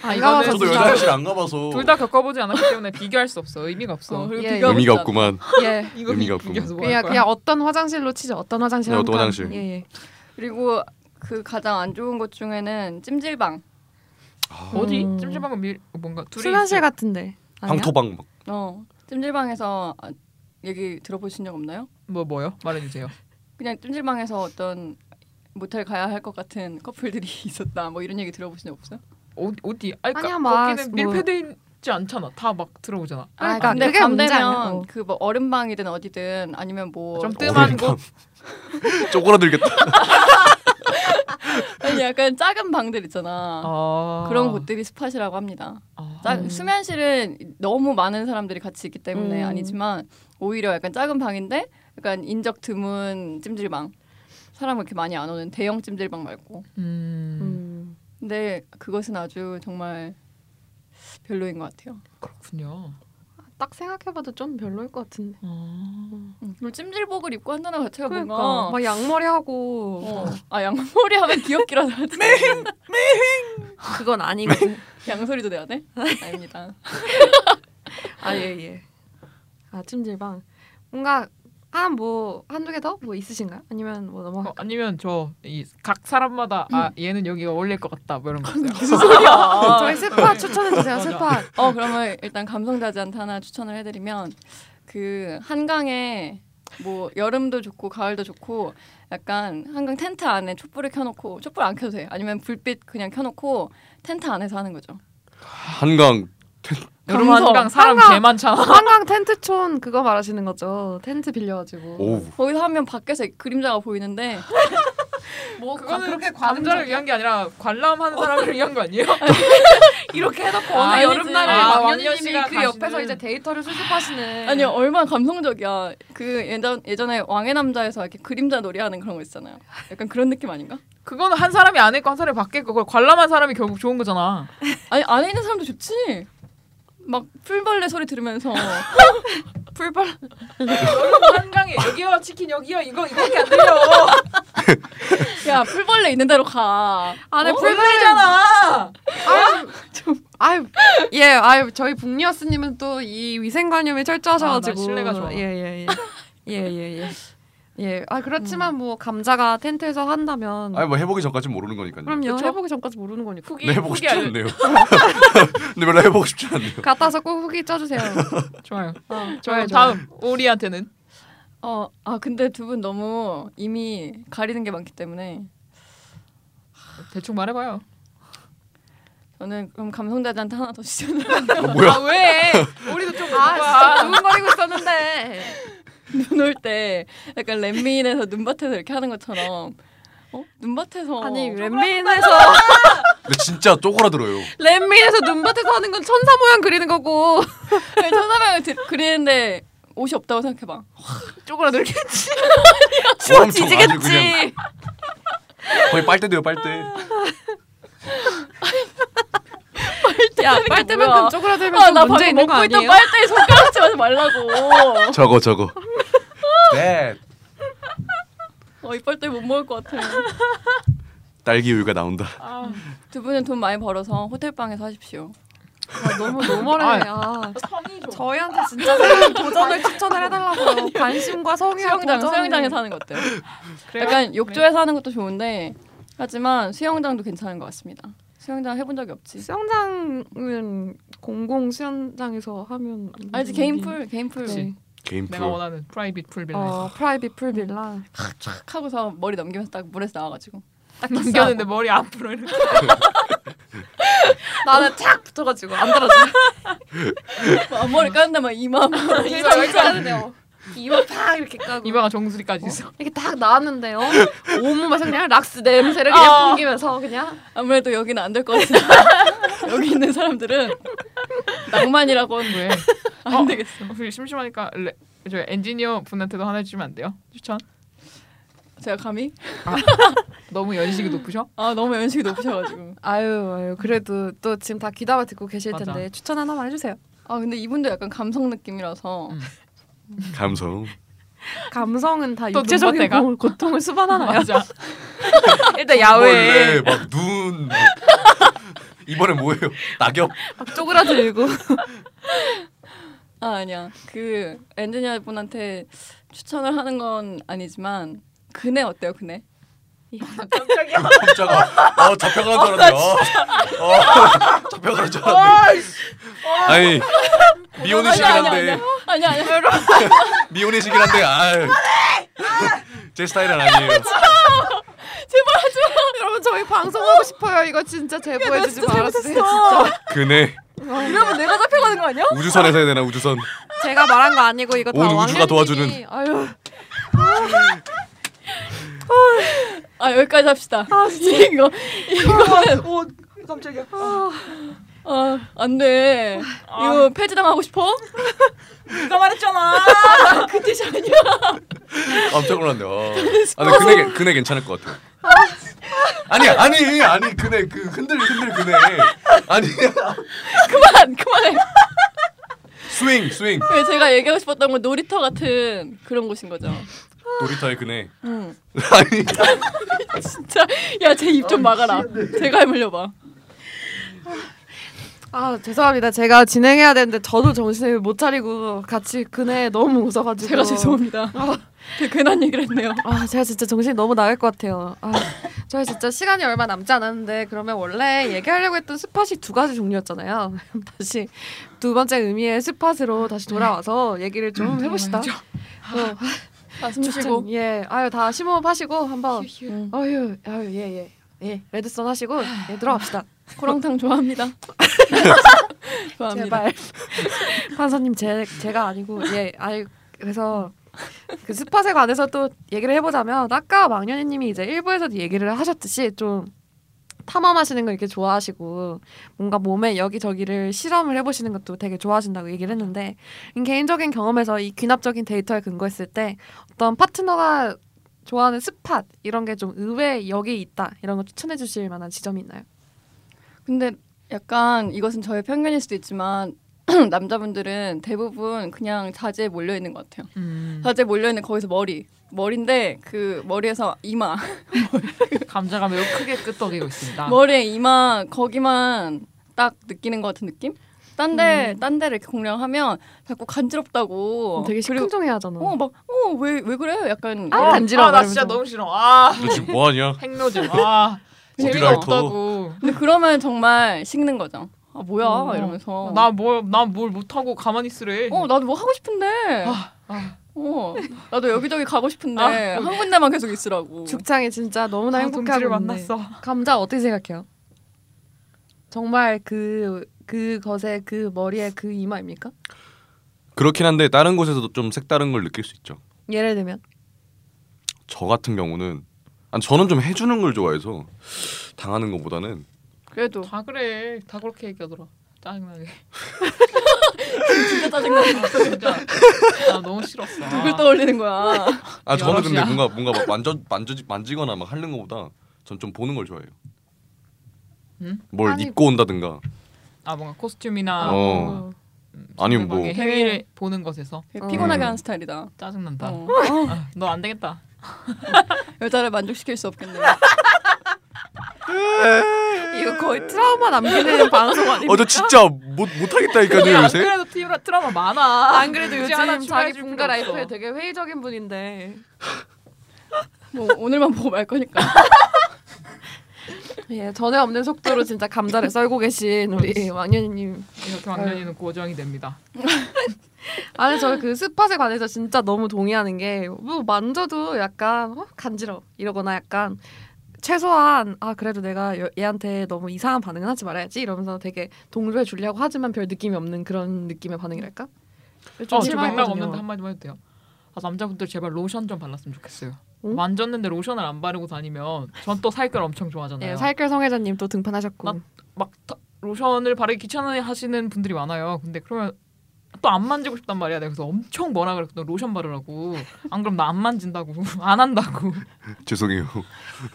아 내가 이거는 봐서 저도 진짜. 여자 화장실 안 가봐서 둘 다 겪어보지 않았기 때문에 비교할 수 없어. 의미가 없어. 어, 그리고 예, 비교하고 의미가 있잖아. 없구만. 예. 의미가 이거 의미가 없구만. 비교해서 뭐할 그냥 거야? 그냥 어떤 화장실로 치죠. 어떤 화장실 네, 한 어떤 칸. 화장실. 예, 예. 그리고 그 가장 안 좋은 것 중에는 찜질방. 아, 어디? 음. 찜질방은 밀 뭔가 둘이 수면실 있어요. 같은데. 아니야? 황토방 막 어, 찜질방에서 아, 얘기 들어보신 적 없나요? 뭐 뭐요? 말해주세요. 그냥 찜질방에서 어떤 모텔 가야 할 것 같은 커플들이 (laughs) 있었다. 뭐 이런 얘기 들어보신 적 없어요? 어디 어디? 아, 그러니까 아니야, 막 거기는 뭐- 밀폐돼 있지 않잖아. 다 막 들어오잖아. 아, 그러니까 근데 그게 밤 문제 아니야. 되면 어. 그뭐 얼음방이든 어디든 아니면 뭐 좀 뜸한 어른밤. 곳. 쪼그라들겠다. (laughs) 아니, (laughs) 약간 작은 방들 있잖아. 아... 그런 곳들이 스팟이라고 합니다. 아... 짜- 음. 수면실은 너무 많은 사람들이 같이 있기 때문에 음. 아니지만 오히려 약간 작은 방인데 약간 인적 드문 찜질방. 사람 그렇게 많이 안 오는 대형 찜질방 말고. 음... 음. 근데 그것은 아주 정말 별로인 것 같아요. 그렇군요. 딱 생각해봐도 좀 별로일 것 같은데. 아... 음, 그리고 찜질복을 입고 한다는 것 자체가 그러니까 뭔가 막 양머리 하고 어, 아 양머리 하면 귀엽기라도 하지. (laughs) 그건 아니고. (laughs) 양소리도 내야 돼? 아닙니다. 아예 예. 아 찜질방. 뭔가 한뭐 한두 개 더 뭐 있으신가요? 아니면 뭐 넘어? 어, 아니면 저 이 각 사람마다 아 얘는 여기가 어울릴 것 같다 뭐 이런 거 있어요. 아. 저희 스팟 추천해 (laughs) 주세요. 스팟. 어 그러면 일단 감성 자지한테 하나 추천을 해드리면 그 한강에 뭐 여름도 좋고 가을도 좋고 약간 한강 텐트 안에 촛불을 켜놓고 촛불 안 켜도 돼 아니면 불빛 그냥 켜놓고 텐트 안에서 하는 거죠. 한강 여름 강서, 한강 사람 한강. (laughs) 개 많잖아. 한강 텐트촌 그거 말하시는 거죠. 텐트 빌려가지고. 오우 거기서 하면 밖에서 그림자가 보이는데 뭐 과- 그렇게 관자를 위한 게 아니라 관람하는 사람을 위한 거 아니에요? 이렇게 해놓고 아, 어느 아니지. 여름날에 아, 왕년 왕년님이 씨가 그 옆에서 가시는. 이제 데이터를 수집하시는. 아니 얼마나 감성적이야. 그 예전 예전에 왕의 남자에서 이렇게 그림자 놀이하는 그런 거 있잖아요. 약간 그런 느낌 아닌가? 그건 한 사람이 안에 있고 한 사람이 밖에 있고 그걸 관람한 사람이 결국 좋은 거잖아. 아니 안에 있는 사람도 좋지. 막 풀벌레 소리 들으면서 풀벌 여기 한강에 여기요 치킨 여기요 이거 이거밖에 안 들려. 야 풀벌레 있는 대로 가. 안에 어? 불만이잖아. 네, 아유 아유 예 아유 저희 북리어스님은 또 이 위생관념에 철저하셔가지고 아, 나 신뢰가 좋아. 예예예 (laughs) 예예예 예. 아 음. 그렇지만 뭐 감자가 텐트에서 한다면 아니 뭐 해보기 전까지 모르는 거니까요. 그럼요 그쵸? 해보기 전까지 모르는 거니까 후기 네, 해보고 후기 싶지 알 않네요. (laughs) 근데 별로 해보고 싶지 않네요. 갖다서 꼭 후기 (laughs) 짜주세요 좋아요. 어, 좋아요. 다음 우리한테는 어, 아 근데 두 분 너무 이미 가리는 게 많기 때문에 대충 말해봐요. 저는 그럼 감성자한테 하나 더 주잖아. 아, 뭐야? 아 왜? 우리도 좀 아 진짜 아, 두근거리고 있었는데 (laughs) 눈올 때 약간 렛미인에서 눈밭에서 이렇게 하는 것처럼 어? 눈밭에서 아니 랜민에서 근데 진짜 쪼그라들어요. 랜민에서 눈밭에서 하는 건 천사 모양 그리는 거고 아니, 천사방을 드, 그리는데 옷이 없다고 생각해봐. 쪼그라들겠지 엄청 아주 그냥 거의 빨대돼요 빨대. 야 게 빨대만큼 뭐야? 쪼그라들면 아, 좀 나 문제 방금 있는 거 먹고 있던 아니에요? 빨대에 손가락 집하지 말라고. 저거 저거. 네. (laughs) 어, 이 빨대 못 먹을 것 같아. 딸기 우유가 나온다. 아, 두 분은 돈 많이 벌어서 호텔방에서 하십시오. 아, 너무 너무하네 아이. 아, 성이 좀. 저희한테 진짜 새로운 도전을 추천을 해달라고요 관심과 성의와 수영장, 도전을. 수영장에서 하는 것 어때요? 그래요? 약간 욕조에서 하는 것도 좋은데 하지만 수영장도 괜찮은 것 같습니다. 수영장 해본 적이 없지. 수영장은 공공 수영장에서 하면 알지 아, 개인 풀 개인 풀 네. 개인 풀. 내가 뭐. 원하는 프라이빗 풀빌라. (laughs) 어 프라이빗 풀 빌라 촥 하고서 머리 넘기면서 딱 물에서 나와가지고 딱 넘겼는데 머리 앞으로 이렇게. 나는 착 붙어가지고 안 떨어져 (laughs) 막 아, 앞머리 깠는데 막 (laughs) 이마 막 이렇게 이마 이렇게 하는데요 이마 팍 이렇게 까고 이마가 정수리까지 있어. 이렇게 딱 (laughs) 나왔는데요 온몸에서 그냥 락스 냄새를 그냥 어. 풍기면서 그냥 아무래도 여기는 안 될 것 같습니다. (laughs) 여기 있는 사람들은 낭만이라고 하는 거예요. 안 어. 되겠어. 우리 심심하니까 레, 저 엔지니어 분한테도 하나 해주면 안 돼요? 추천. 제가 감히 너무 연식이 높으셔? 아 너무 연식이 높으셔가지고 아유 아유 그래도 또 지금 다 귀담아 듣고 계실 맞아. 텐데 추천 하나만 해주세요 아 근데 이분도 약간 감성 느낌이라서 음. 감성. 감성은 다 또 육체적인 눈밭대가? 고- 고통을 수반하나요? 맞아. (laughs) 일단 아, 원래 막눈 이번에 뭐예요? 낙엽. 막 쪼그라들고 아 아니야 그 엔지니어 분한테 추천을 하는 건 아니지만 그네 어때요 그네? 깜짝이야. 깜짝아. 어 잡혀가는 줄 알았네. 어, 어 잡혀가는 줄 알았네. 아니 미혼이시긴 아니야, 아니야, 한데 아니 아니 미혼이시긴 한데 아유. 제 스타일은 (laughs) 아니에요. 여러분 저희 (laughs) 방송하고 싶어요 이거 진짜 제보해주지 말아주세요 진짜 그네 이러면 내가 잡혀가는 거 아니야? 우주선에서 해야 되나 우주선. 제가 말한 거 아니고 이거 다 온 우주가 왕년님이- 도와주는. 아유 아 여기까지 합시다. 이거 이거는 오 깜짝이야. 아, 안 돼. 이거 폐지 당하고 싶어? (laughs) (laughs) 누가 말했잖아. 그 뜻이 아니야. 깜짝 놀랐네. 어. 아, 근데 그네 그네 괜찮을 것 같아. 아니 아니 아니 그네 그 흔들 흔들 그네 아니 그만 그만해. 스윙 스윙 왜 제가 얘기하고 싶었던 건 놀이터 같은 그런 곳인 거죠. 놀이터의 그네 음. 응. 아니 진짜 야 제 입 좀 막아라. 제가 해물려봐. 아 죄송합니다 제가 진행해야 되는데 저도 정신을 못 차리고 같이 그네 너무 웃어가지고 제가 죄송합니다. 아, 되게 괜한 얘기를 했네요. 아, 제가 진짜 정신이 너무 나갈 것 같아요. 아, 저희 진짜 시간이 얼마 남지 않았는데 그러면 원래 얘기하려고 했던 스팟이 두 가지 종류였잖아요. (laughs) 다시 두 번째 의미의 스팟으로 다시 돌아와서 얘기를 좀 해봅시다. 어, 아, 숨 쉬고. 예, 아유 다 심호흡 하시고 한번 응. 어휴, 아유 예예 예, 예, 레드선 하시고 예, 들어갑시다. 코랑탕 (laughs) 좋아합니다. 좋아합니다. 제발 (laughs) 판사님 제 제가 아니고 예 아이 그래서 그 스팟에 관해서 또 얘기를 해보자면 아까 망년이님이 이제 1부에서도 얘기를 하셨듯이 좀 탐험하시는 걸 이렇게 좋아하시고 뭔가 몸에 여기저기를 실험을 해보시는 것도 되게 좋아하신다고 얘기를 했는데 개인적인 경험에서 이 귀납적인 데이터에 근거했을 때 어떤 파트너가 좋아하는 스팟 이런 게 좀 의외 여기 있다 이런 거 추천해 주실 만한 지점이 있나요? 근데 약간 이것은 저의 편견일 수도 있지만 (clears throat) 남자분들은 대부분 그냥 자재에 몰려 있는 것 같아요. 음, 자재 몰려 있는 거기서 머리, 머리인데 그 머리에서 이마, 감자가 매우 크게 끄떡이고 있습니다. (laughs) 머리에 이마 거기만 딱 느끼는 것 같은 느낌? 딴데 딴 데를 이렇게 공략하면 자꾸 간지럽다고. 음. 되게 시큰둥해하잖아. 어막어왜왜 그래? 약간 아, 이런 간지러워, 아, 나 진짜 이러면서. 너무 싫어. 아, 너 지금 뭐 하냐? 핵노잼. 아, 어디를 재미가 할 없다고. 어, 근데 그러면 정말 식는 거죠. 아 뭐야 어. 이러면서. 나뭘난뭘 못하고 가만히 있으래. 어 나도 뭐 하고 싶은데. 아. 어 나도 여기저기 가고 싶은데 아. 한 군데만 계속 있으라고. 죽창이 진짜 너무나 아, 행복하고 동지를 있네. 만났어. 감자 어떻게 생각해요? 정말 그 그것의 그 머리의 그 이마입니까? 그렇긴 한데 다른 곳에서도 좀 색다른 걸 느낄 수 있죠. 예를 들면 저 같은 경우는 아니 저는 좀 해주는 걸 좋아해서 당하는 것보다는 그래도 다 그래. 다 그렇게 얘기하더라. 짜증나게. 아, 진짜 짜증나. (laughs) 진짜 나 너무 싫었어. 누굴 떠올리는 거야. 아 저는 근데 여럿이야. 뭔가 뭔가 막 만져 만져 만지거나 막 하는 것보다 전 좀 보는 걸 좋아해요. 음? 뭘 아니- 입고 온다든가 아 뭔가 코스튬이나 어. 음, 아니면 뭐- 상대방의 해외를 보는 것에서 되게 어. 피곤하게 음. 하는 스타일이다. 짜증난다. 어. 아, 너 안 되겠다. 여자를 만족시킬 수 없겠네. 뭐. 이거 거의 트라우마 남기는 (laughs) 방송 아닙니까? 어저 진짜 아, 못 네, 못하겠다니까요 안 요새 그래도 트라, 트라우마 많아. 안 그래도 굳이 요즘 하나 추가해줄 자기 필요 분가 없어. 라이프에 되게 회의적인 분인데 뭐 오늘만 보고 말 거니까. 예 전혀 없는 속도로 진짜 감자를 썰고 계신 (laughs) 우리 왕년님 이렇게 왕년이는 고정이 됩니다. 아니 저그 스팟에 관해서 진짜 너무 동의하는 게 뭐 만져도 약간 어, 간지러 이러거나 약간 최소한 아 그래도 내가 여- 얘한테 너무 이상한 반응은 하지 말아야지 이러면서 되게 동조해 주려고 하지만 별 느낌이 없는 그런 느낌의 반응이랄까? 좀 어, 저 실망했거든요. 맥락 없는데 한마디만 해도 돼요. 아 남자분들 제발 로션 좀 발랐으면 좋겠어요. 응? 만졌는데 로션을 안 바르고 다니면 전 또 살결 엄청 좋아하잖아요. 예, 살결 성애자님 또 등판하셨고 나- 막 터- 로션을 바르기 귀찮아 하시는 분들이 많아요. 근데 그러면 또 안 만지고 싶단 말이야. 내가 그래서 엄청 뭐라 그랬거든. 로션 바르라고. 안 그럼 나 안 만진다고. (laughs) 안 한다고. 죄송해요.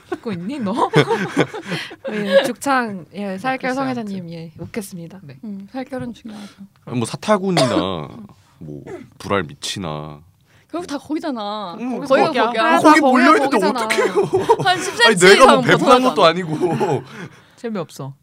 듣고 있니 너? (laughs) 예, 죽창 예, 살결 글쎄요, 어, 성애자님 예, 웃겠습니다. 음, 살결은 중요하죠. 뭐 사타구니나 뭐 불알 미치나 결국 다 거기잖아. 음, 거기서 거기야. 거기야. 그래서 뭐 거기 거기가 몰려 있는데 거기잖아. 한 10cm 아니 내가 뭐 이상 배분한 벗어나도 것도 안 아니고 재미없어. 돼.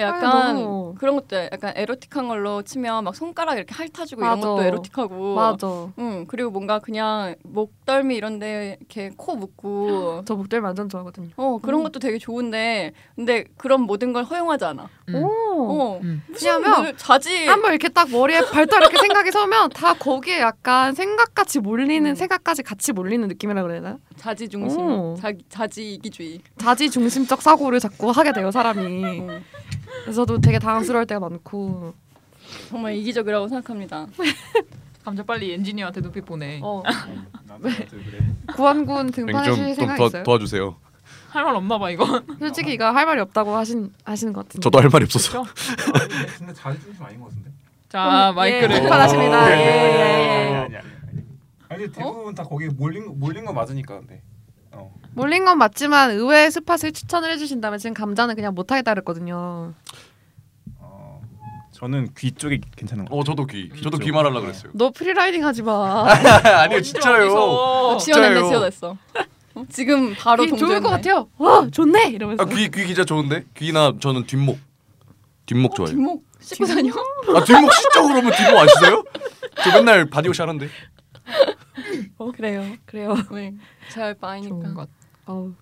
예, 약간 아유, 너무. 그런 것들 약간 에로틱한 걸로 치면 막 손가락 이렇게 핥아주고 이런 맞아. 것도 에로틱하고. 맞아. 응 그리고 뭔가 그냥 목덜미 이런데 이렇게 코 묶고 저 목들 완전 좋아하거든요. 어 그런 음. 것도 되게 좋은데 근데 그런 모든 걸 허용하지 않아. 음. 오. 어 음. 무슨 왜냐면 뭐 자지 한번 이렇게 딱 머리에 발달 이렇게 생각이 서면 다 거기에 약간 생각같이 몰리는 음. 생각까지 생각까지 같이 몰리는 느낌이라 그래야 되나? 자지 중심 오. 자, 자지 이기주의. 자지 중심적 사고를 자꾸 하게 돼요 사람이. 음. 그래서 저도 되게 당황스러울 때가 많고. 정말 이기적이라고 생각합니다. 감자 빨리 엔지니어한테 눈빛 보내. 어. 남자들 그래. 구한군 등판해 주실 좀좀 생각 도와, 있어요? 도와주세요. 할 말 없나 봐 이거. (laughs) 솔직히 이거 할 말이 없다고 하신 하시는 것 음. 같은데. 저도 할 말이 없어서. 아, (laughs) 근데 근데 자기 중심 아닌 것 같은데. 자 예, 마이크를. 등판하십니다. 예, 아니 예, 어? 예. 어. 네. 아니 아니. 아니 근데 대부분 다 거기 몰린 거- 몰린 거 맞으니까 근데. 어. 몰린 건 맞지만 의외의 스팟을 추천을 해주신다면 지금 감자는 그냥 못하겠다 그랬거든요. 어. 저는 귀 쪽이 괜찮은 (laughs) 거. 어 저도 귀 저도 귀죠. 귀 말하려 그랬어요. 너 프리라이딩 하지 마. (laughs) 아니요 어디서, 진짜요. 어디서. 지원했네 진짜요? 지원했어. 어? 지금 바로 귀 좋을 것 동조했네. 같아요. 와 어, 좋네 이러면서. 아귀귀 기자 좋은데 귀나 저는 뒷목 뒷목 좋아해요. 뒷목 씻고 다녀? 아 어, 뒷목 시죠 그러면 뒷목 안 씻어요? 저 맨날 바디워시 하는데 어, 그래요. 그래요. 네. 잘 좋은 빠이니까. 것. 어우,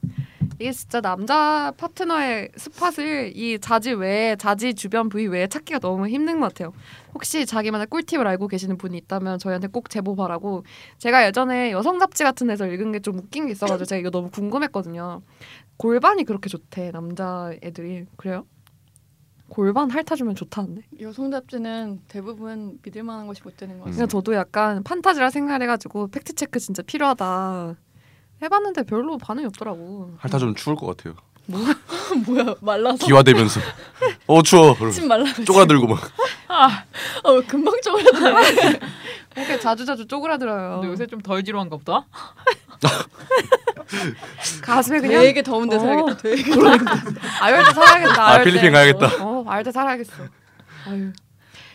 이게 진짜 남자 파트너의 스팟을 이 자지 외에 자지 주변 부위 외에 찾기가 너무 힘든 것 같아요. 혹시 자기만의 꿀팁을 알고 계시는 분이 있다면 저희한테 꼭 제보 바라고 제가 예전에 여성 잡지 같은 데서 읽은 게 좀 웃긴 게 있어가지고 제가 이거 너무 궁금했거든요. 골반이 그렇게 좋대 남자 애들이 그래요? 골반 핥아주면 좋다는데. 그러니까 여성 잡지는 대부분 믿을 만한 것이 못 되는 것 같아요. 그러니까 저도 약간 판타지라 생각해가지고 팩트 체크 진짜 필요하다. 해봤는데 별로 반응이 없더라고. 핥아 좀 추울 것 같아요. 음. (laughs) 뭐야 말라서 기와대면서 어 추워. 그러면서 침 말라. 쪼가들고 막 아, 어 금방 쪼그라드네. 이렇게 자주자주 쪼그라들어요. 근데 요새 좀 덜 지루한가 보다. 가슴에 그냥 되게 더운 데서 어. 살겠다. 되게 아열대 살아야겠다. 아 아열대. 필리핀 가야겠다. 어, 아열대 살아야겠어. 아유.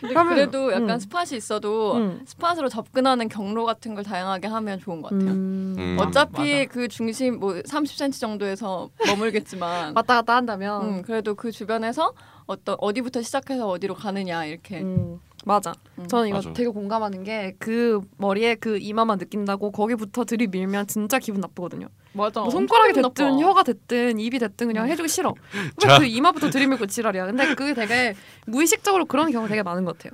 그러면- 그래도 약간 음. 스팟이 있어도 음. 스팟으로 접근하는 경로 같은 걸 다양하게 하면 좋은 것 같아요. 음. 음. 어차피 맞아. 그 중심 뭐 30cm 정도에서 (laughs) 머물겠지만 왔다 갔다 한다면 음, 그래도 그 주변에서 어떤 어디부터 시작해서 어디로 가느냐 이렇게 음, 맞아. 음. 저는 이거 맞아. 되게 공감하는 게 그 머리에 그 이마만 느낀다고 거기부터 들이밀면 진짜 기분 나쁘거든요. 맞아. 뭐 손가락이 엄청 됐든 나빠. 혀가 됐든 입이 됐든 그냥 음. (laughs) 해주기 싫어. 자. 왜그 이마부터 들이밀고 지랄이야. 근데 그게 되게 무의식적으로 그런 경우 되게 많은 것 같아요.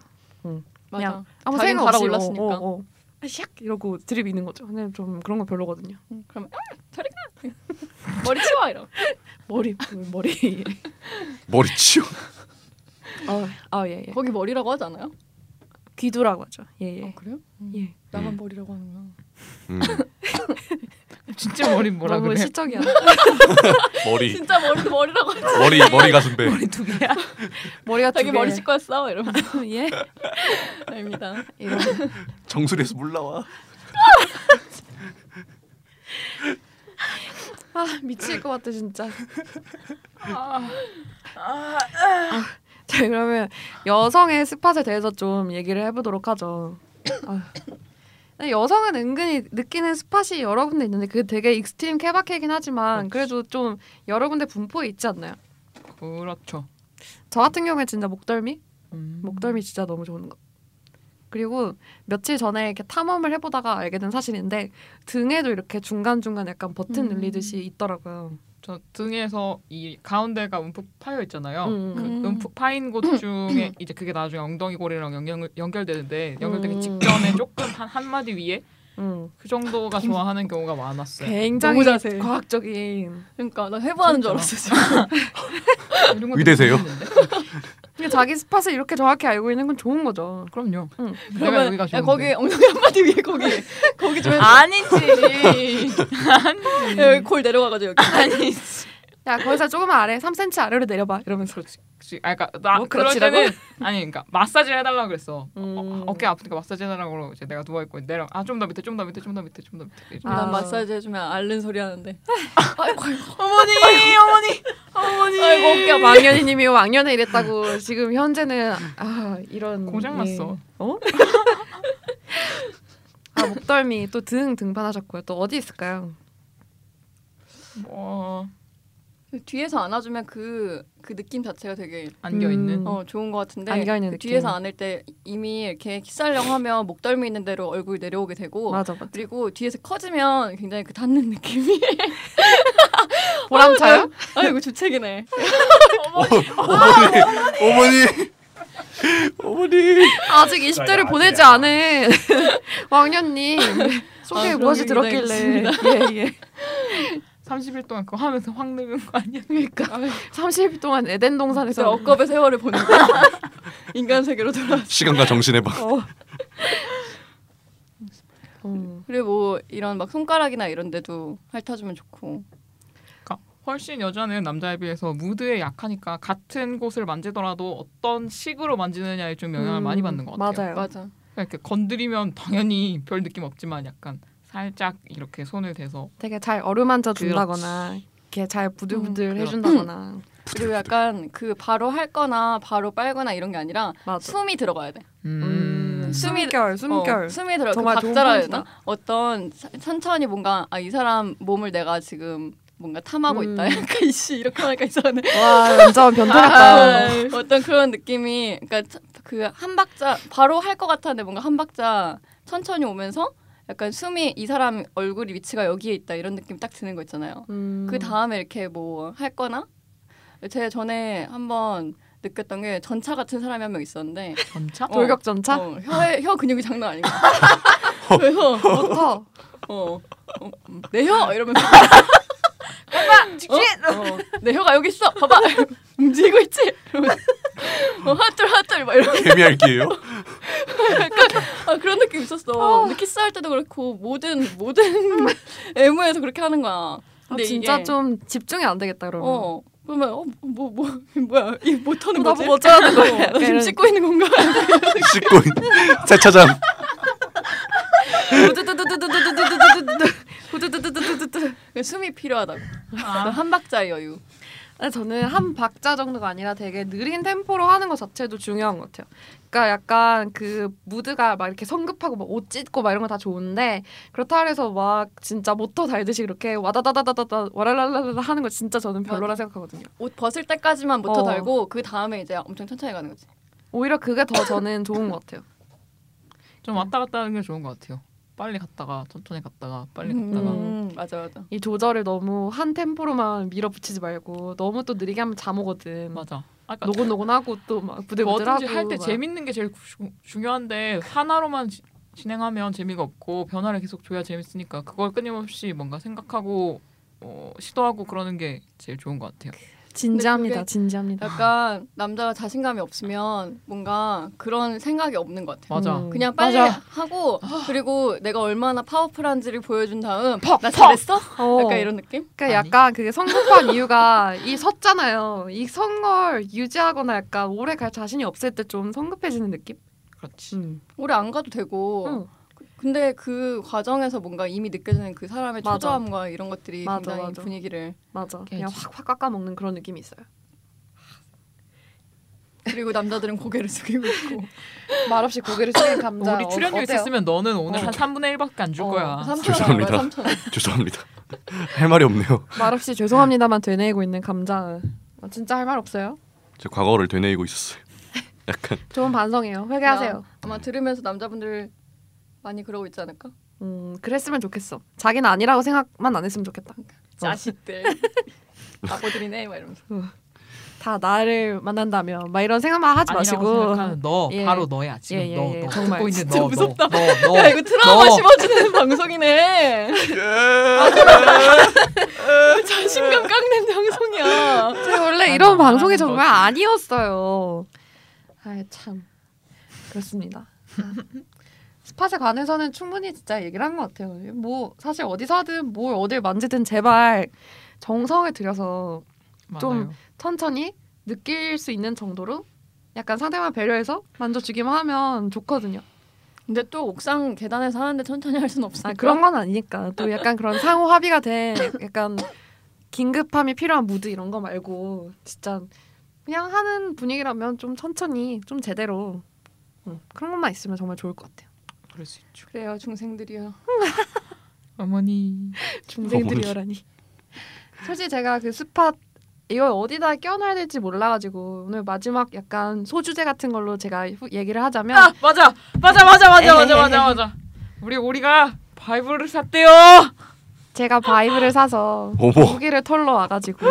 맞아. 그냥 아무 자기는 생각 없이 달아올랐으니까. 어, 어, 어. 샥 이러고 들이미는 거죠. 근데 좀 그런 거 별로거든요. 음, 그럼 아, 저리 가 (laughs) 머리 치워 이러. 머리 머리. 머리 치워. 아예 예. 거기 머리라고 하잖아요. 아, 귀두라고 하죠. 예예. 그래요? 예. 나만 음. 머리라고 하는구나. 음. 진짜 (laughs) 머리 뭐라 너무 그래? 시적이야. 머리 (laughs) 진짜 머리 머리라고 하지. 머리 머리 가수인데 머리 두 개야. 머리가 두 자기 머리 개. 씻고 왔어 이러면서 (laughs) (laughs) 예. 아닙니다. 이런. 정수리에서 물 나와. 아 미칠 것 같아 진짜. (laughs) 아. 자 그러면 여성의 스팟에 대해서 좀 얘기를 해보도록 하죠. 아휴. 근데 여성은 은근히 느끼는 스팟이 여러 군데 있는데 그게 되게 익스트림 케바케이긴 하지만 그래도 좀 여러 군데 분포에 있지 않나요? 그렇죠. 저 같은 경우에 진짜 목덜미? 음. 목덜미 진짜 너무 좋은 거. 그리고 며칠 전에 이렇게 탐험을 해보다가 알게 된 사실인데 등에도 이렇게 중간중간 약간 버튼 음. 눌리듯이 있더라고요. 저 등에서 이 가운데가 움푹 파여 있잖아요. 음. 그 음. 움푹 파인 (clears throat) 곳 중에 이제 그게 나중에 엉덩이 고리랑 연결 연결되는데 연결되기 음. 직전에 조금 한한 마디 위에 음. 그 정도가 좋아하는 경우가 많았어요. 굉장히 너무 자세히. 과학적인. 그러니까 나 회보하는 줄 알았어 지금. 이런 건 위대세요? 되게 재밌는데? 근데 자기 스팟을 이렇게 정확히 알고 있는 건 좋은 거죠. 음. 그럼요. 응. 내가 그러면 여기가 야, 좋은데. 거기 엉덩이 한 마디 위에 거기 거기 좀 해줘. 아니지. 아니지. (laughs) 야, 여기 골 내려가가지고 여기. 아니지. 야 거기서 조금 아래 3cm 아래로 내려봐 이러면서 그렇지. 그렇지. 아, 그러니까 나 뭐 그럴 그렇지라고? 때는 아니, 그러니까 마사지를 해달라 그랬어. 음. 어, 어깨 아프니까 마사지 해달라고 그러고 이제 내가 누워 있고 내려. 아 좀 더 밑에, 좀 더 밑에, 좀 더 밑에, 좀 더 밑에. 이러면서. 아. 난 마사지 해주면 앓는 소리 하는데. 아, 어머니, 아, 어머니, 어머니. 아이고 어깨 왕년이님이 왕년에 이랬다고 지금 현재는 아 이런 고장났어. 예. 어? (laughs) 아 목덜미 또 등 등반하셨고요. 또 어디 있을까요? 뭐 뒤에서 안아주면 그, 그 느낌 자체가 되게 안겨 있는. 음. 어, 좋은 것 같은데 안겨있는 그 느낌. 뒤에서 안을 때 이미 이렇게 키스하려고 하면 목덜미 있는 대로 얼굴이 내려오게 되고 맞아 맞아. 그리고 뒤에서 커지면 굉장히 그 닿는 느낌이 (laughs) 네. 보람차요? 아이고 주책이네 어, 어머니 (laughs) 어머니 어머니 아직 자, 20대를 야, 보내지 아니야. 않은 왕년님 속에 아, 무엇이 그런 일이 들었길래 예예. 30일 동안 그거 하면서 확 늙은 거 아니야? (laughs) 그러니까 30일 동안 에덴 그래서 동산에서 억겁의 세월을 보는 거 (laughs) 인간 세계로 돌아 시간과 정신의 방. 어. 음. 그리고 뭐 이런 막 손가락이나 이런 데도 핥아주면 좋고 그러니까 훨씬 여자는 남자에 비해서 무드에 약하니까 같은 곳을 만지더라도 어떤 식으로 만지느냐에 좀 영향을 음, 많이 받는 것 맞아요. 같아요. 맞아 그러니까 이렇게 건드리면 당연히 별 느낌 없지만 약간 살짝 이렇게 손을 대서 되게 잘 어루만져 준다거나 이렇게 잘 부들부들 음, 그렇- 해준다거나 그리고 약간 그 바로 핥거나 바로 빨거나 이런 게 아니라 맞아. 숨이 들어가야 돼 음, 음. 숨이- 숨결 숨결 어, 숨이 들어 그 정말 좋은 박자라 해야 포인트다. 되나? 어떤 사- 천천히 뭔가 아 이 사람 몸을 내가 지금 뭔가 탐하고 음. 있다 약간 이씨 이렇게 하니까 이상하네 와 완전 변태 같다 아, 어떤 그런 느낌이 그러니까 그 한 박자 바로 할 것 같았는데 뭔가 한 박자 천천히 오면서 약간 숨이 이 사람 얼굴이 위치가 여기에 있다 이런 느낌 딱 드는 거 있잖아요 음. 그 다음에 이렇게 뭐 할 거나 제 전에 한번 느꼈던 게 전차 같은 사람이 한 명 있었는데 점차? 어. 돌격전차 어, 혀에 혀 근육이 (laughs) 장난 아니고 그래서 버터 어, 어, 음, 내 혀! 이러면서 직진! 어, 내 혀가 여기 있어! 봐봐! (laughs) 움직이고 있지? 이러면서 어, 핫돌 핫돌 막 이러면서 개미알기예요? 아, 그런 느낌 있었어 근데 키스할 때도 그렇고 모든 모든 (laughs) 애무에서 그렇게 하는 거야 아, 근데 진짜 이게, 좀 집중이 안 되겠다 그러면 어 그러면 어, 뭐, 뭐, 뭐야 이 못하는 나 거지? 뭐 어쩌라는 거야 어, 나 약간 지금 이런- (laughs) 씻고 있는 건가? 씻고 있는 세차장 (laughs) 후두두두두두두두두두두두두. 후두두두두두두두. 숨이 그 필요하다고 아, 한 박자의 여유 근데 네, 저는 한 박자 정도가 아니라 되게 느린 템포로 하는 것 자체도 중요한 것 같아요. 그러니까 약간 그 무드가 막 이렇게 성급하고 막 옷 찢고 막 이런 거 다 좋은데 그렇다 해서 막 진짜 모터 달듯이 이렇게 와다다다다다다 와랄랄랄라 하는 거 진짜 저는 별로라 생각하거든요. 옷 벗을 때까지만 모터 어. 달고 그 다음에 이제 엄청 천천히 가는 거지. 오히려 그게 더 저는 좋은 것 같아요. 좀 왔다 갔다 하는 게 좋은 것 같아요. 빨리 갔다가 천천히 갔다가 빨리 갔다가 음, 맞아 맞아. 이 조절을 너무 한 템포로만 밀어붙이지 말고 너무 또 느리게 하면 잠 오거든. 맞아. 아까 그러니까 노곤노곤하고 또 막 음. 부들부들하고 뭐든지 할 때 재밌는 게 제일 주- 중요한데 하나로만 지- 진행하면 재미가 없고 변화를 계속 줘야 재밌으니까 그걸 끊임없이 뭔가 생각하고 어, 시도하고 그러는 게 제일 좋은 것 같아요. 진지합니다. 근데 그게- 아, 진지합니다. 약간 남자가 자신감이 없으면 뭔가 그런 생각이 없는 것 같아요. 맞아. 음. 그냥 빨리 맞아. 하고 그리고 내가 얼마나 파워풀한지를 보여준 다음 퍽, 나 퍽! 잘했어? 어. 약간 이런 느낌? 그러니까 아니? 약간 그게 성급한 이유가 이 섰잖아요. 이 선걸 유지하거나 약간 오래 갈 자신이 없을 때 좀 성급해지는 느낌? 그렇지. 음. 오래 안 가도 되고 뭐 근데 그 과정에서 뭔가 이미 느껴지는 그 사람의 맞아. 초조함과 이런 것들이 맞아, 굉장히 맞아. 분위기를 맞아. 그래야지. 그냥 확확 깎아 먹는 그런 느낌이 있어요. 그리고 남자들은 고개를 숙이고 있고 말없이 고개를 (coughs) 숙인 음. 감자. 우리 출연료 있었으면 너는 오늘 어. 한 3분의 1밖에 안 줄 거야. 3천 원 죄송합니다. 3천 원. 죄송합니다. 할 말이 없네요. (laughs) 말없이 죄송합니다만 되뇌고 있는 감자. 아, 진짜 할 말 없어요. 제 과거를 되뇌이고 있었어요. 약간 좋은 반성이에요. 회개하세요. 아마 들으면서 남자분들 많이 그러고 있지 않을까? 음, 그랬으면 좋겠어. 자기는 아니라고 생각만 안 했으면 좋겠다. (laughs) 자식들 바보들이네 막 이러면서 다 나를 만난다며 막 이런 생각만 하지 아니라고 마시고 생각하는 너 예. 바로 너야 지금 예, 예, 너, 예. 너 정말. 듣고 있는 진짜 너, 무섭다. 너, 너, 너. 야 이거 트라우마 (laughs) 너. 심어주는 방송이네 (laughs) 자신감 깎는 방송이야 제가 원래 이런 안 방송이 하는 정말 거지. 아니었어요. 아참 그렇습니다. 아. 스팟에 관해서는 충분히 진짜 얘기를 한 것 같아요. 뭐 사실 어디서든 뭘 어딜 만지든 제발 정성을 들여서 좀 맞아요. 천천히 느낄 수 있는 정도로 약간 상대방 배려해서 만져주기만 하면 좋거든요. 근데 또 옥상 계단에서 하는데 천천히 할 순 없으니까 아, 그런 건 아니니까 또 약간 그런 상호 합의가 된 약간 긴급함이 필요한 무드 이런 거 말고 진짜 그냥 하는 분위기라면 좀 천천히 좀 제대로 음, 그런 것만 있으면 정말 좋을 것 같아요. 그럴 수 있죠. 그래요 중생들이요 어머니 중생들이여라니. 솔직히 제가 그 스팟 이걸 어디다 껴놔야 될지 몰라가지고 오늘 마지막 약간 소주제 같은 걸로 제가 후- 얘기를 하자면 아 맞아 맞아 맞아 맞아 맞아 맞아 맞아 우리 오리가 바이브를 샀대요 제가 바이브를 사서 (laughs) 어머. 고기를 털러 와가지고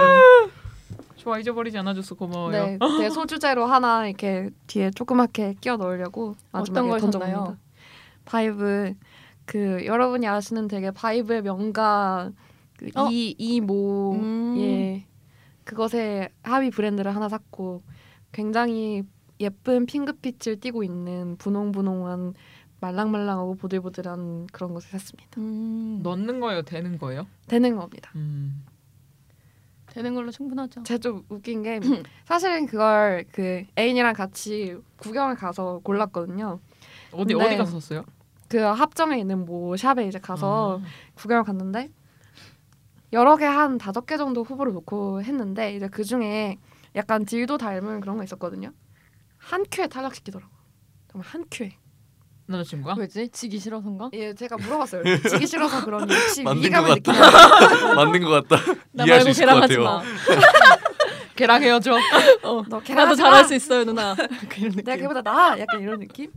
좋아 잊어버리지 않아줘서 고마워요 네, 제 소주제로 하나 이렇게 뒤에 조그맣게 끼워 넣으려고 마지막에 어떤 걸 던져봅니다. 샀나요? 바이브 그 여러분이 아시는 되게 바이브의 명가 그 어? 이 이모 음. 예 그것의 하위 브랜드를 하나 샀고 굉장히 예쁜 핑크빛을 띠고 있는 분홍분홍한 말랑말랑하고 보들보들한 그런 것을 샀습니다. 음, 넣는 거예요 되는 거예요 되는 겁니다. 음. 되는 걸로 충분하죠 제가 좀 웃긴 (clears throat) 게 사실은 그걸 그 애인이랑 같이 구경을 가서 골랐거든요. 어디 네. 어디 가서 샀어요 아, 그 합정에 있는 뭐 샵에 이제 가서 아. 구경을 갔는데 여러 개 한 다섯 개 정도 후보를 놓고 했는데 이제 그 중에 약간 딜도 닮은 그런 거 있었거든요. 한 큐에 탈락시키더라고. 정말 한 큐에. 아, 남자친구가 왜지 지기 싫어서인가 예, 제가 (laughs) 물어봤어요. 지기 싫어서 그런지 혹시 맞는 위기감을 것 느끼나요? 맞는 것 같다. 나 이해할 수 말고 있을 것 계란하지 같아요. 마 걔랑 (laughs) 헤어져 너 나도 계란하지 잘할 마. 수 있어요 (laughs) 누나 그런 느낌 내가 걔보다 나아 약간 이런 느낌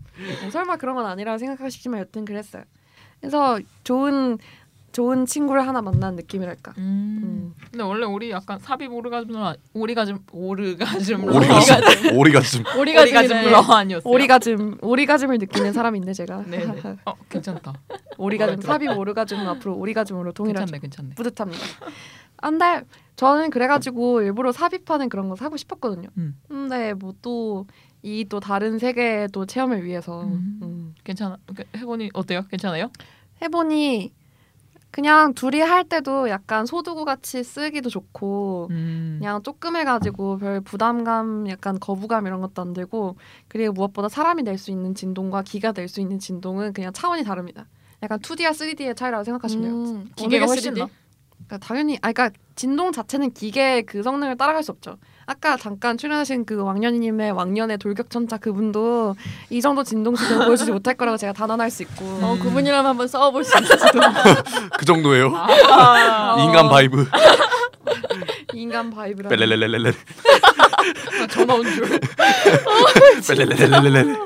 어, 설마 그런 건 아니라고 생각하시지만 여튼 그랬어요 그래서 좋은 좋은 친구를 하나 만난 느낌이랄까 음. 음. 근데 원래 우리 약간 삽입 아, 오르가즘은 오리가즘 오르가즘 오리가슴. 오리가슴. 오리가 오리가즘 불러 아니었어요 오리가즘 오리가즘을 느끼는 사람인데 (laughs) 제가 네네 어 괜찮다 오리가즘 삽입 오르가즘은 앞으로 오리가즘으로 동일하죠 괜찮네 괜찮네 뿌듯합니다 안돼 저는 그래가지고 일부러 삽입하는 그런 거 사고 싶었거든요 음. 근데 뭐 또 이 또 다른 세계의 또 체험을 위해서 음. 음. 괜찮아 해보니 어때요 괜찮아요 해보니 그냥 둘이 할 때도 약간 소두구 같이 쓰기도 좋고 음. (laughs) 그냥 조금 해가지고 별 부담감, 약간 거부감 이런 것도 안 들고 그리고 무엇보다 사람이 낼 수 있는 진동과 기가 낼 수 있는 진동은 그냥 차원이 다릅니다. 약간 2D와 3D의 차이라고 생각하시면 돼요. 음, 기계가 어느 게 훨씬 3D? 나 그러니까 당연히 아 그러니까 진동 자체는 기계의 그 성능을 따라갈 수 없죠. 아까 잠깐 출연하신 그 왕년이님의 왕년의 돌격전차 그분도 이 정도 진동 수준을 보여주지 못할 거라고 제가 단언할 수 있고 어, 그분이라면 한번 써볼 수 있을지도. 그 정도예요. 아, 인간 바이브. 인간 바이브라. 뺄렐렐렐렐렐. 그 전화 온 줄. 뺄렐렐렐렐렐.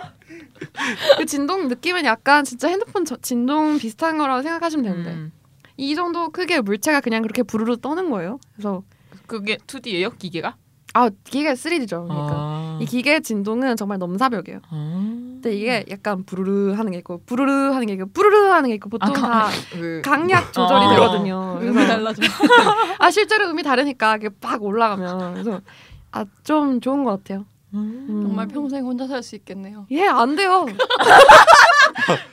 그 진동 느낌은 약간 진짜 핸드폰 저- 진동 비슷한 거라고 생각하시면 되는데 음. 이 정도 크기의 물체가 그냥 그렇게 부르르 떠는 거예요. 그래서 그게 2D예요 기계가? 아 기계 3D죠. 그러니까 아. 이 기계 진동은 정말 넘사벽이에요. 아. 근데 이게 약간 부르르 하는 게 있고 부르르 하는 게 있고 부르르 하는 게 있고 보통 다 그 강약 조절이 어. 되거든요. 의미 그래서 달라져. 아 실제로 음이 다르니까 이게 빡 올라가면 그래서 아 좀 좋은 것 같아요. 음. 음. 정말 평생 혼자 살 수 있겠네요. 예안 돼요.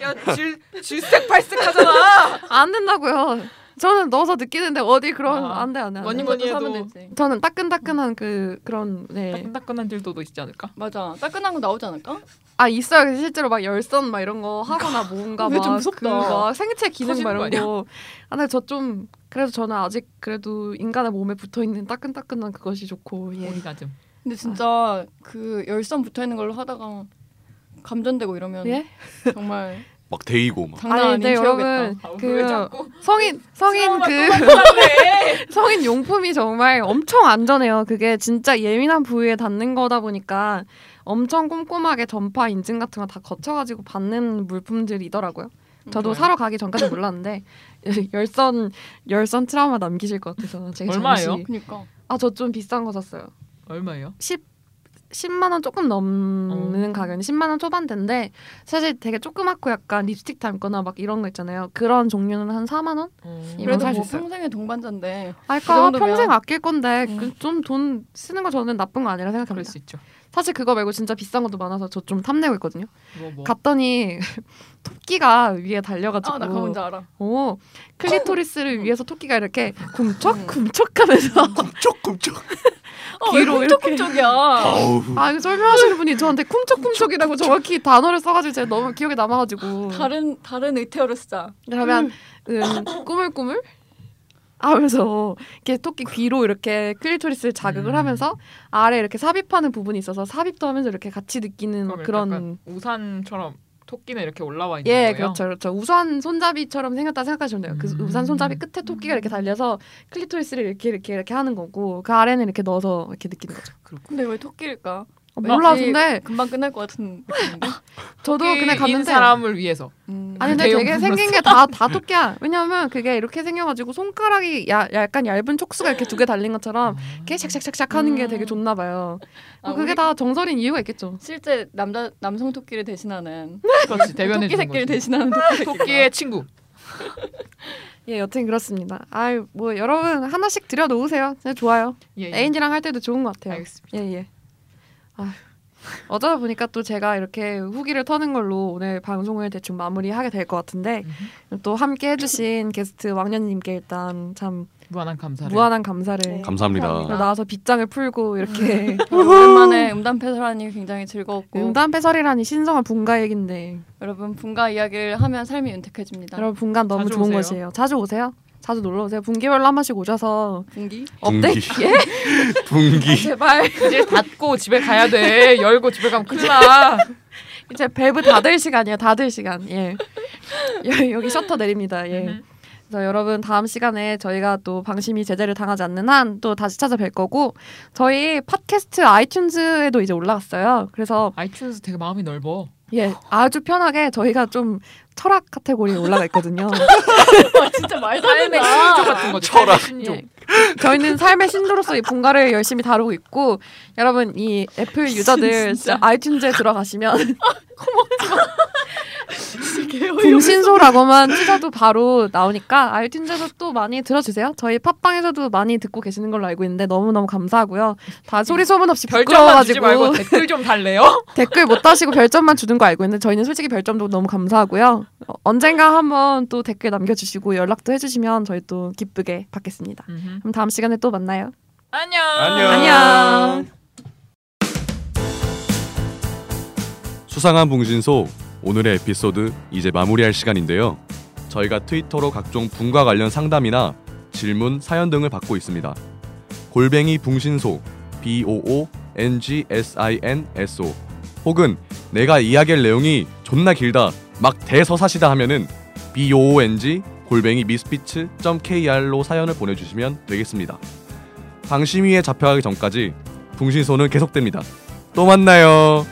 야, 질 질색팔색하잖아. 안 된다고요. 저는 넣어서 느끼는데 어디 그런 아, 안돼 안돼. 뭐니 뭐니 이것도 해도 사면 되지. 저는 따끈따끈한 그 그런 네. 따끈따끈한 딜도도 있지 않을까? 맞아. 따끈한 거 나오지 않을까? 아 있어요. 그래서 실제로 막 열선 막 이런 거 하거나 뭔가 왜좀 막 무섭다. 그 막 생체 기능 막 터지는 거 이런 거. 아 근데 저 좀 그래서 저는 아직 그래도 인간의 몸에 붙어 있는 따끈따끈한 그것이 좋고 예. 머리가 좀. 근데 진짜 그 열선 붙어 있는 걸로 하다가 감전되고 이러면 예? 정말 막 데이고 막. 장난 아닌 네, 체력이겠다. 여러분 그 성인 성인 그 (laughs) 성인 용품이 정말 엄청 안전해요. 그게 진짜 예민한 부위에 닿는 거다 보니까 엄청 꼼꼼하게 전파 인증 같은 거 다 거쳐가지고 받는 물품들이더라고요. 저도 좋아요. 사러 가기 전까지 몰랐는데 (laughs) 열선 열선 트라우마 남기실 것 같아서 제가 얼마예요? 그니까 아저 좀 비싼 거 샀어요. 얼마예요? 10만 원 조금 넘는 가격이 10만 원 초반대인데 사실 되게 조그맣고 약간 립스틱 담거나 막 이런 거 있잖아요. 그런 종류는 한 4만 원? 이런 그래도 살수 뭐 있어요. 평생의 동반자인데 아, 그러니까 정도면- 평생 아낄 건데 그 음. 좀 돈 쓰는 거 저는 나쁜 거 아니라 그럴 생각합니다. 수 있죠. 사실 그거 말고 진짜 비싼 것도 많아서 저 좀 탐내고 있거든요. 뭐 뭐. 갔더니 (laughs) 토끼가 위에 달려가지고 아 나 그거 뭔지 알아. 오 클리토리스를 위해서 토끼가 이렇게 쿰척쿰척하면서 꿈쩍꿈쩍. 어왜 귀로 이렇게. (laughs) 꿈쩍꿈쩍이야. 아우. 아 이거 설명하시는 분이 저한테 쿰척쿰척이라고 정확히 단어를 써가지고 제가 너무 기억에 남아가지고 다른 다른 의태어로 쓰자. 그러면 음, 꾸물꾸물 하면서 이렇게 토끼 귀로 이렇게 클리토리스를 자극을 음. 하면서 아래 이렇게 삽입하는 부분이 있어서 삽입도 하면서 이렇게 같이 느끼는 그럼 음, 그런 약간 우산처럼 토끼는 이렇게 올라와 있는 거예요. 예, 그렇죠, 그렇죠. 우산 손잡이처럼 생겼다 생각하시면 돼요. 그 음. 우산 손잡이 끝에 토끼가 이렇게 달려서 클리토리스를 이렇게 이렇게 이렇게 하는 거고 그 아래는 이렇게 넣어서 이렇게 느끼는 거죠. 근데 왜 토끼일까? 어, 몰라, 왠지 근데 금방 끝날 것 같은 느낌인데. 저도 그냥 인 갔는데 사람을 위해서. 음. 아니 근데 대형 되게 생긴 게 (laughs) 다 다 토끼야. 왜냐하면 그게 이렇게 생겨가지고 손가락이 야, 약간 얇은 촉수가 이렇게 두 개 달린 것처럼 이렇게 샥샥샥샥 하는 게 음. 되게 좋나 봐요. 아, 뭐 그게 우리- 다 정설인 이유가 있겠죠. 실제 남자 남성 토끼를 대신하는 그렇지 대변해 토끼 주는 새끼를 거지. 대신하는 토끼 토끼의 친구. 예, 여튼 그렇습니다. 아유, 뭐 여러분 하나씩 들여 놓으세요. 진짜 좋아요. 예, 예. 애인이랑 할 때도 좋은 것 같아요. 알겠습니다. 예, 예. 아휴. 어쩌다 보니까 또 제가 이렇게 후기를 터는 걸로 오늘 방송을 대충 마무리하게 될 것 같은데 또 함께 해주신 게스트 왕년님께 일단 참 무한한 감사를. 무한한 감사를 네. 감사합니다. 감사합니다. 나와서 빗장을 풀고 (laughs) 이렇게 오랜만에 음담 패설하니 굉장히 어. 즐거웠고 응단 패설이라니 신성한 분가 얘긴데 여러분 분가 이야기를 하면 삶이 윤택해집니다. 여러분 분간 너무 자주 좋은 오세요. 것이에요. 자주 오세요. 자주 놀러 오세요. 분기별로 한 번씩 오셔서 분기 업데이트 아, 분기. 예? (laughs) 분기. (laughs) 제발 이제 닫고 집에 가야 돼. 열고 집에 가면 큰일 나. 이제 밸브 닫을 시간이에요. 닫을 시간. 예. 여- 여기 셔터 내립니다. 예. 음. 그래서 여러분 다음 시간에 저희가 또 방심이 제재를 당하지 않는 한 또 다시 찾아뵐 거고 저희 팟캐스트 아이튠즈에도 이제 올라갔어요. 그래서 아이튠즈 되게 마음이 넓어. 예 아주 편하게 저희가 좀 철학 카테고리에 올라가 (laughs) 있거든요. 진짜 말도 안 삶의 된다. 신조 같은 거죠. 아, 철학. 삶의 신조. 예. 저희는 삶의 신도로서 이 본가를 열심히 다루고 있고 여러분 이 (laughs) 애플 유저들 진짜 아이튠즈에 들어가시면 예. 금신소라고만 치셔도 바로 나오니까 아이튠즈에서 또 많이 들어주세요. 저희 팟빵에서도 많이 듣고 계시는 걸로 알고 있는데 너무너무 감사하고요. 다 소리 소문 없이 (laughs) 별점만 주지 말고 부끄러워가지고 댓글 좀 달래요. (laughs) 댓글 못 다시고 별점만 주는 거 알고 있는데 저희는 솔직히 별점도 너무 감사하고요. 어, 언젠가 한번 또 댓글 남겨주시고 연락도 해주시면 저희 또 기쁘게 받겠습니다. 그럼 (laughs) 다음 시간에 또 만나요. 안녕. 안녕. 수상한 봉신소 오늘의 에피소드 이제 마무리할 시간인데요. 저희가 트위터로 각종 분과 관련 상담이나 질문, 사연 등을 받고 있습니다. 골뱅이 붕신소 b o o n g s i n s o 혹은 내가 이야기할 내용이 존나 길다 막 대서사시다 하면은 b o o n g 골뱅이 미스피츠 .kr로 사연을 보내주시면 되겠습니다. 방심위에 잡혀가기 전까지 붕신소는 계속됩니다. 또 만나요.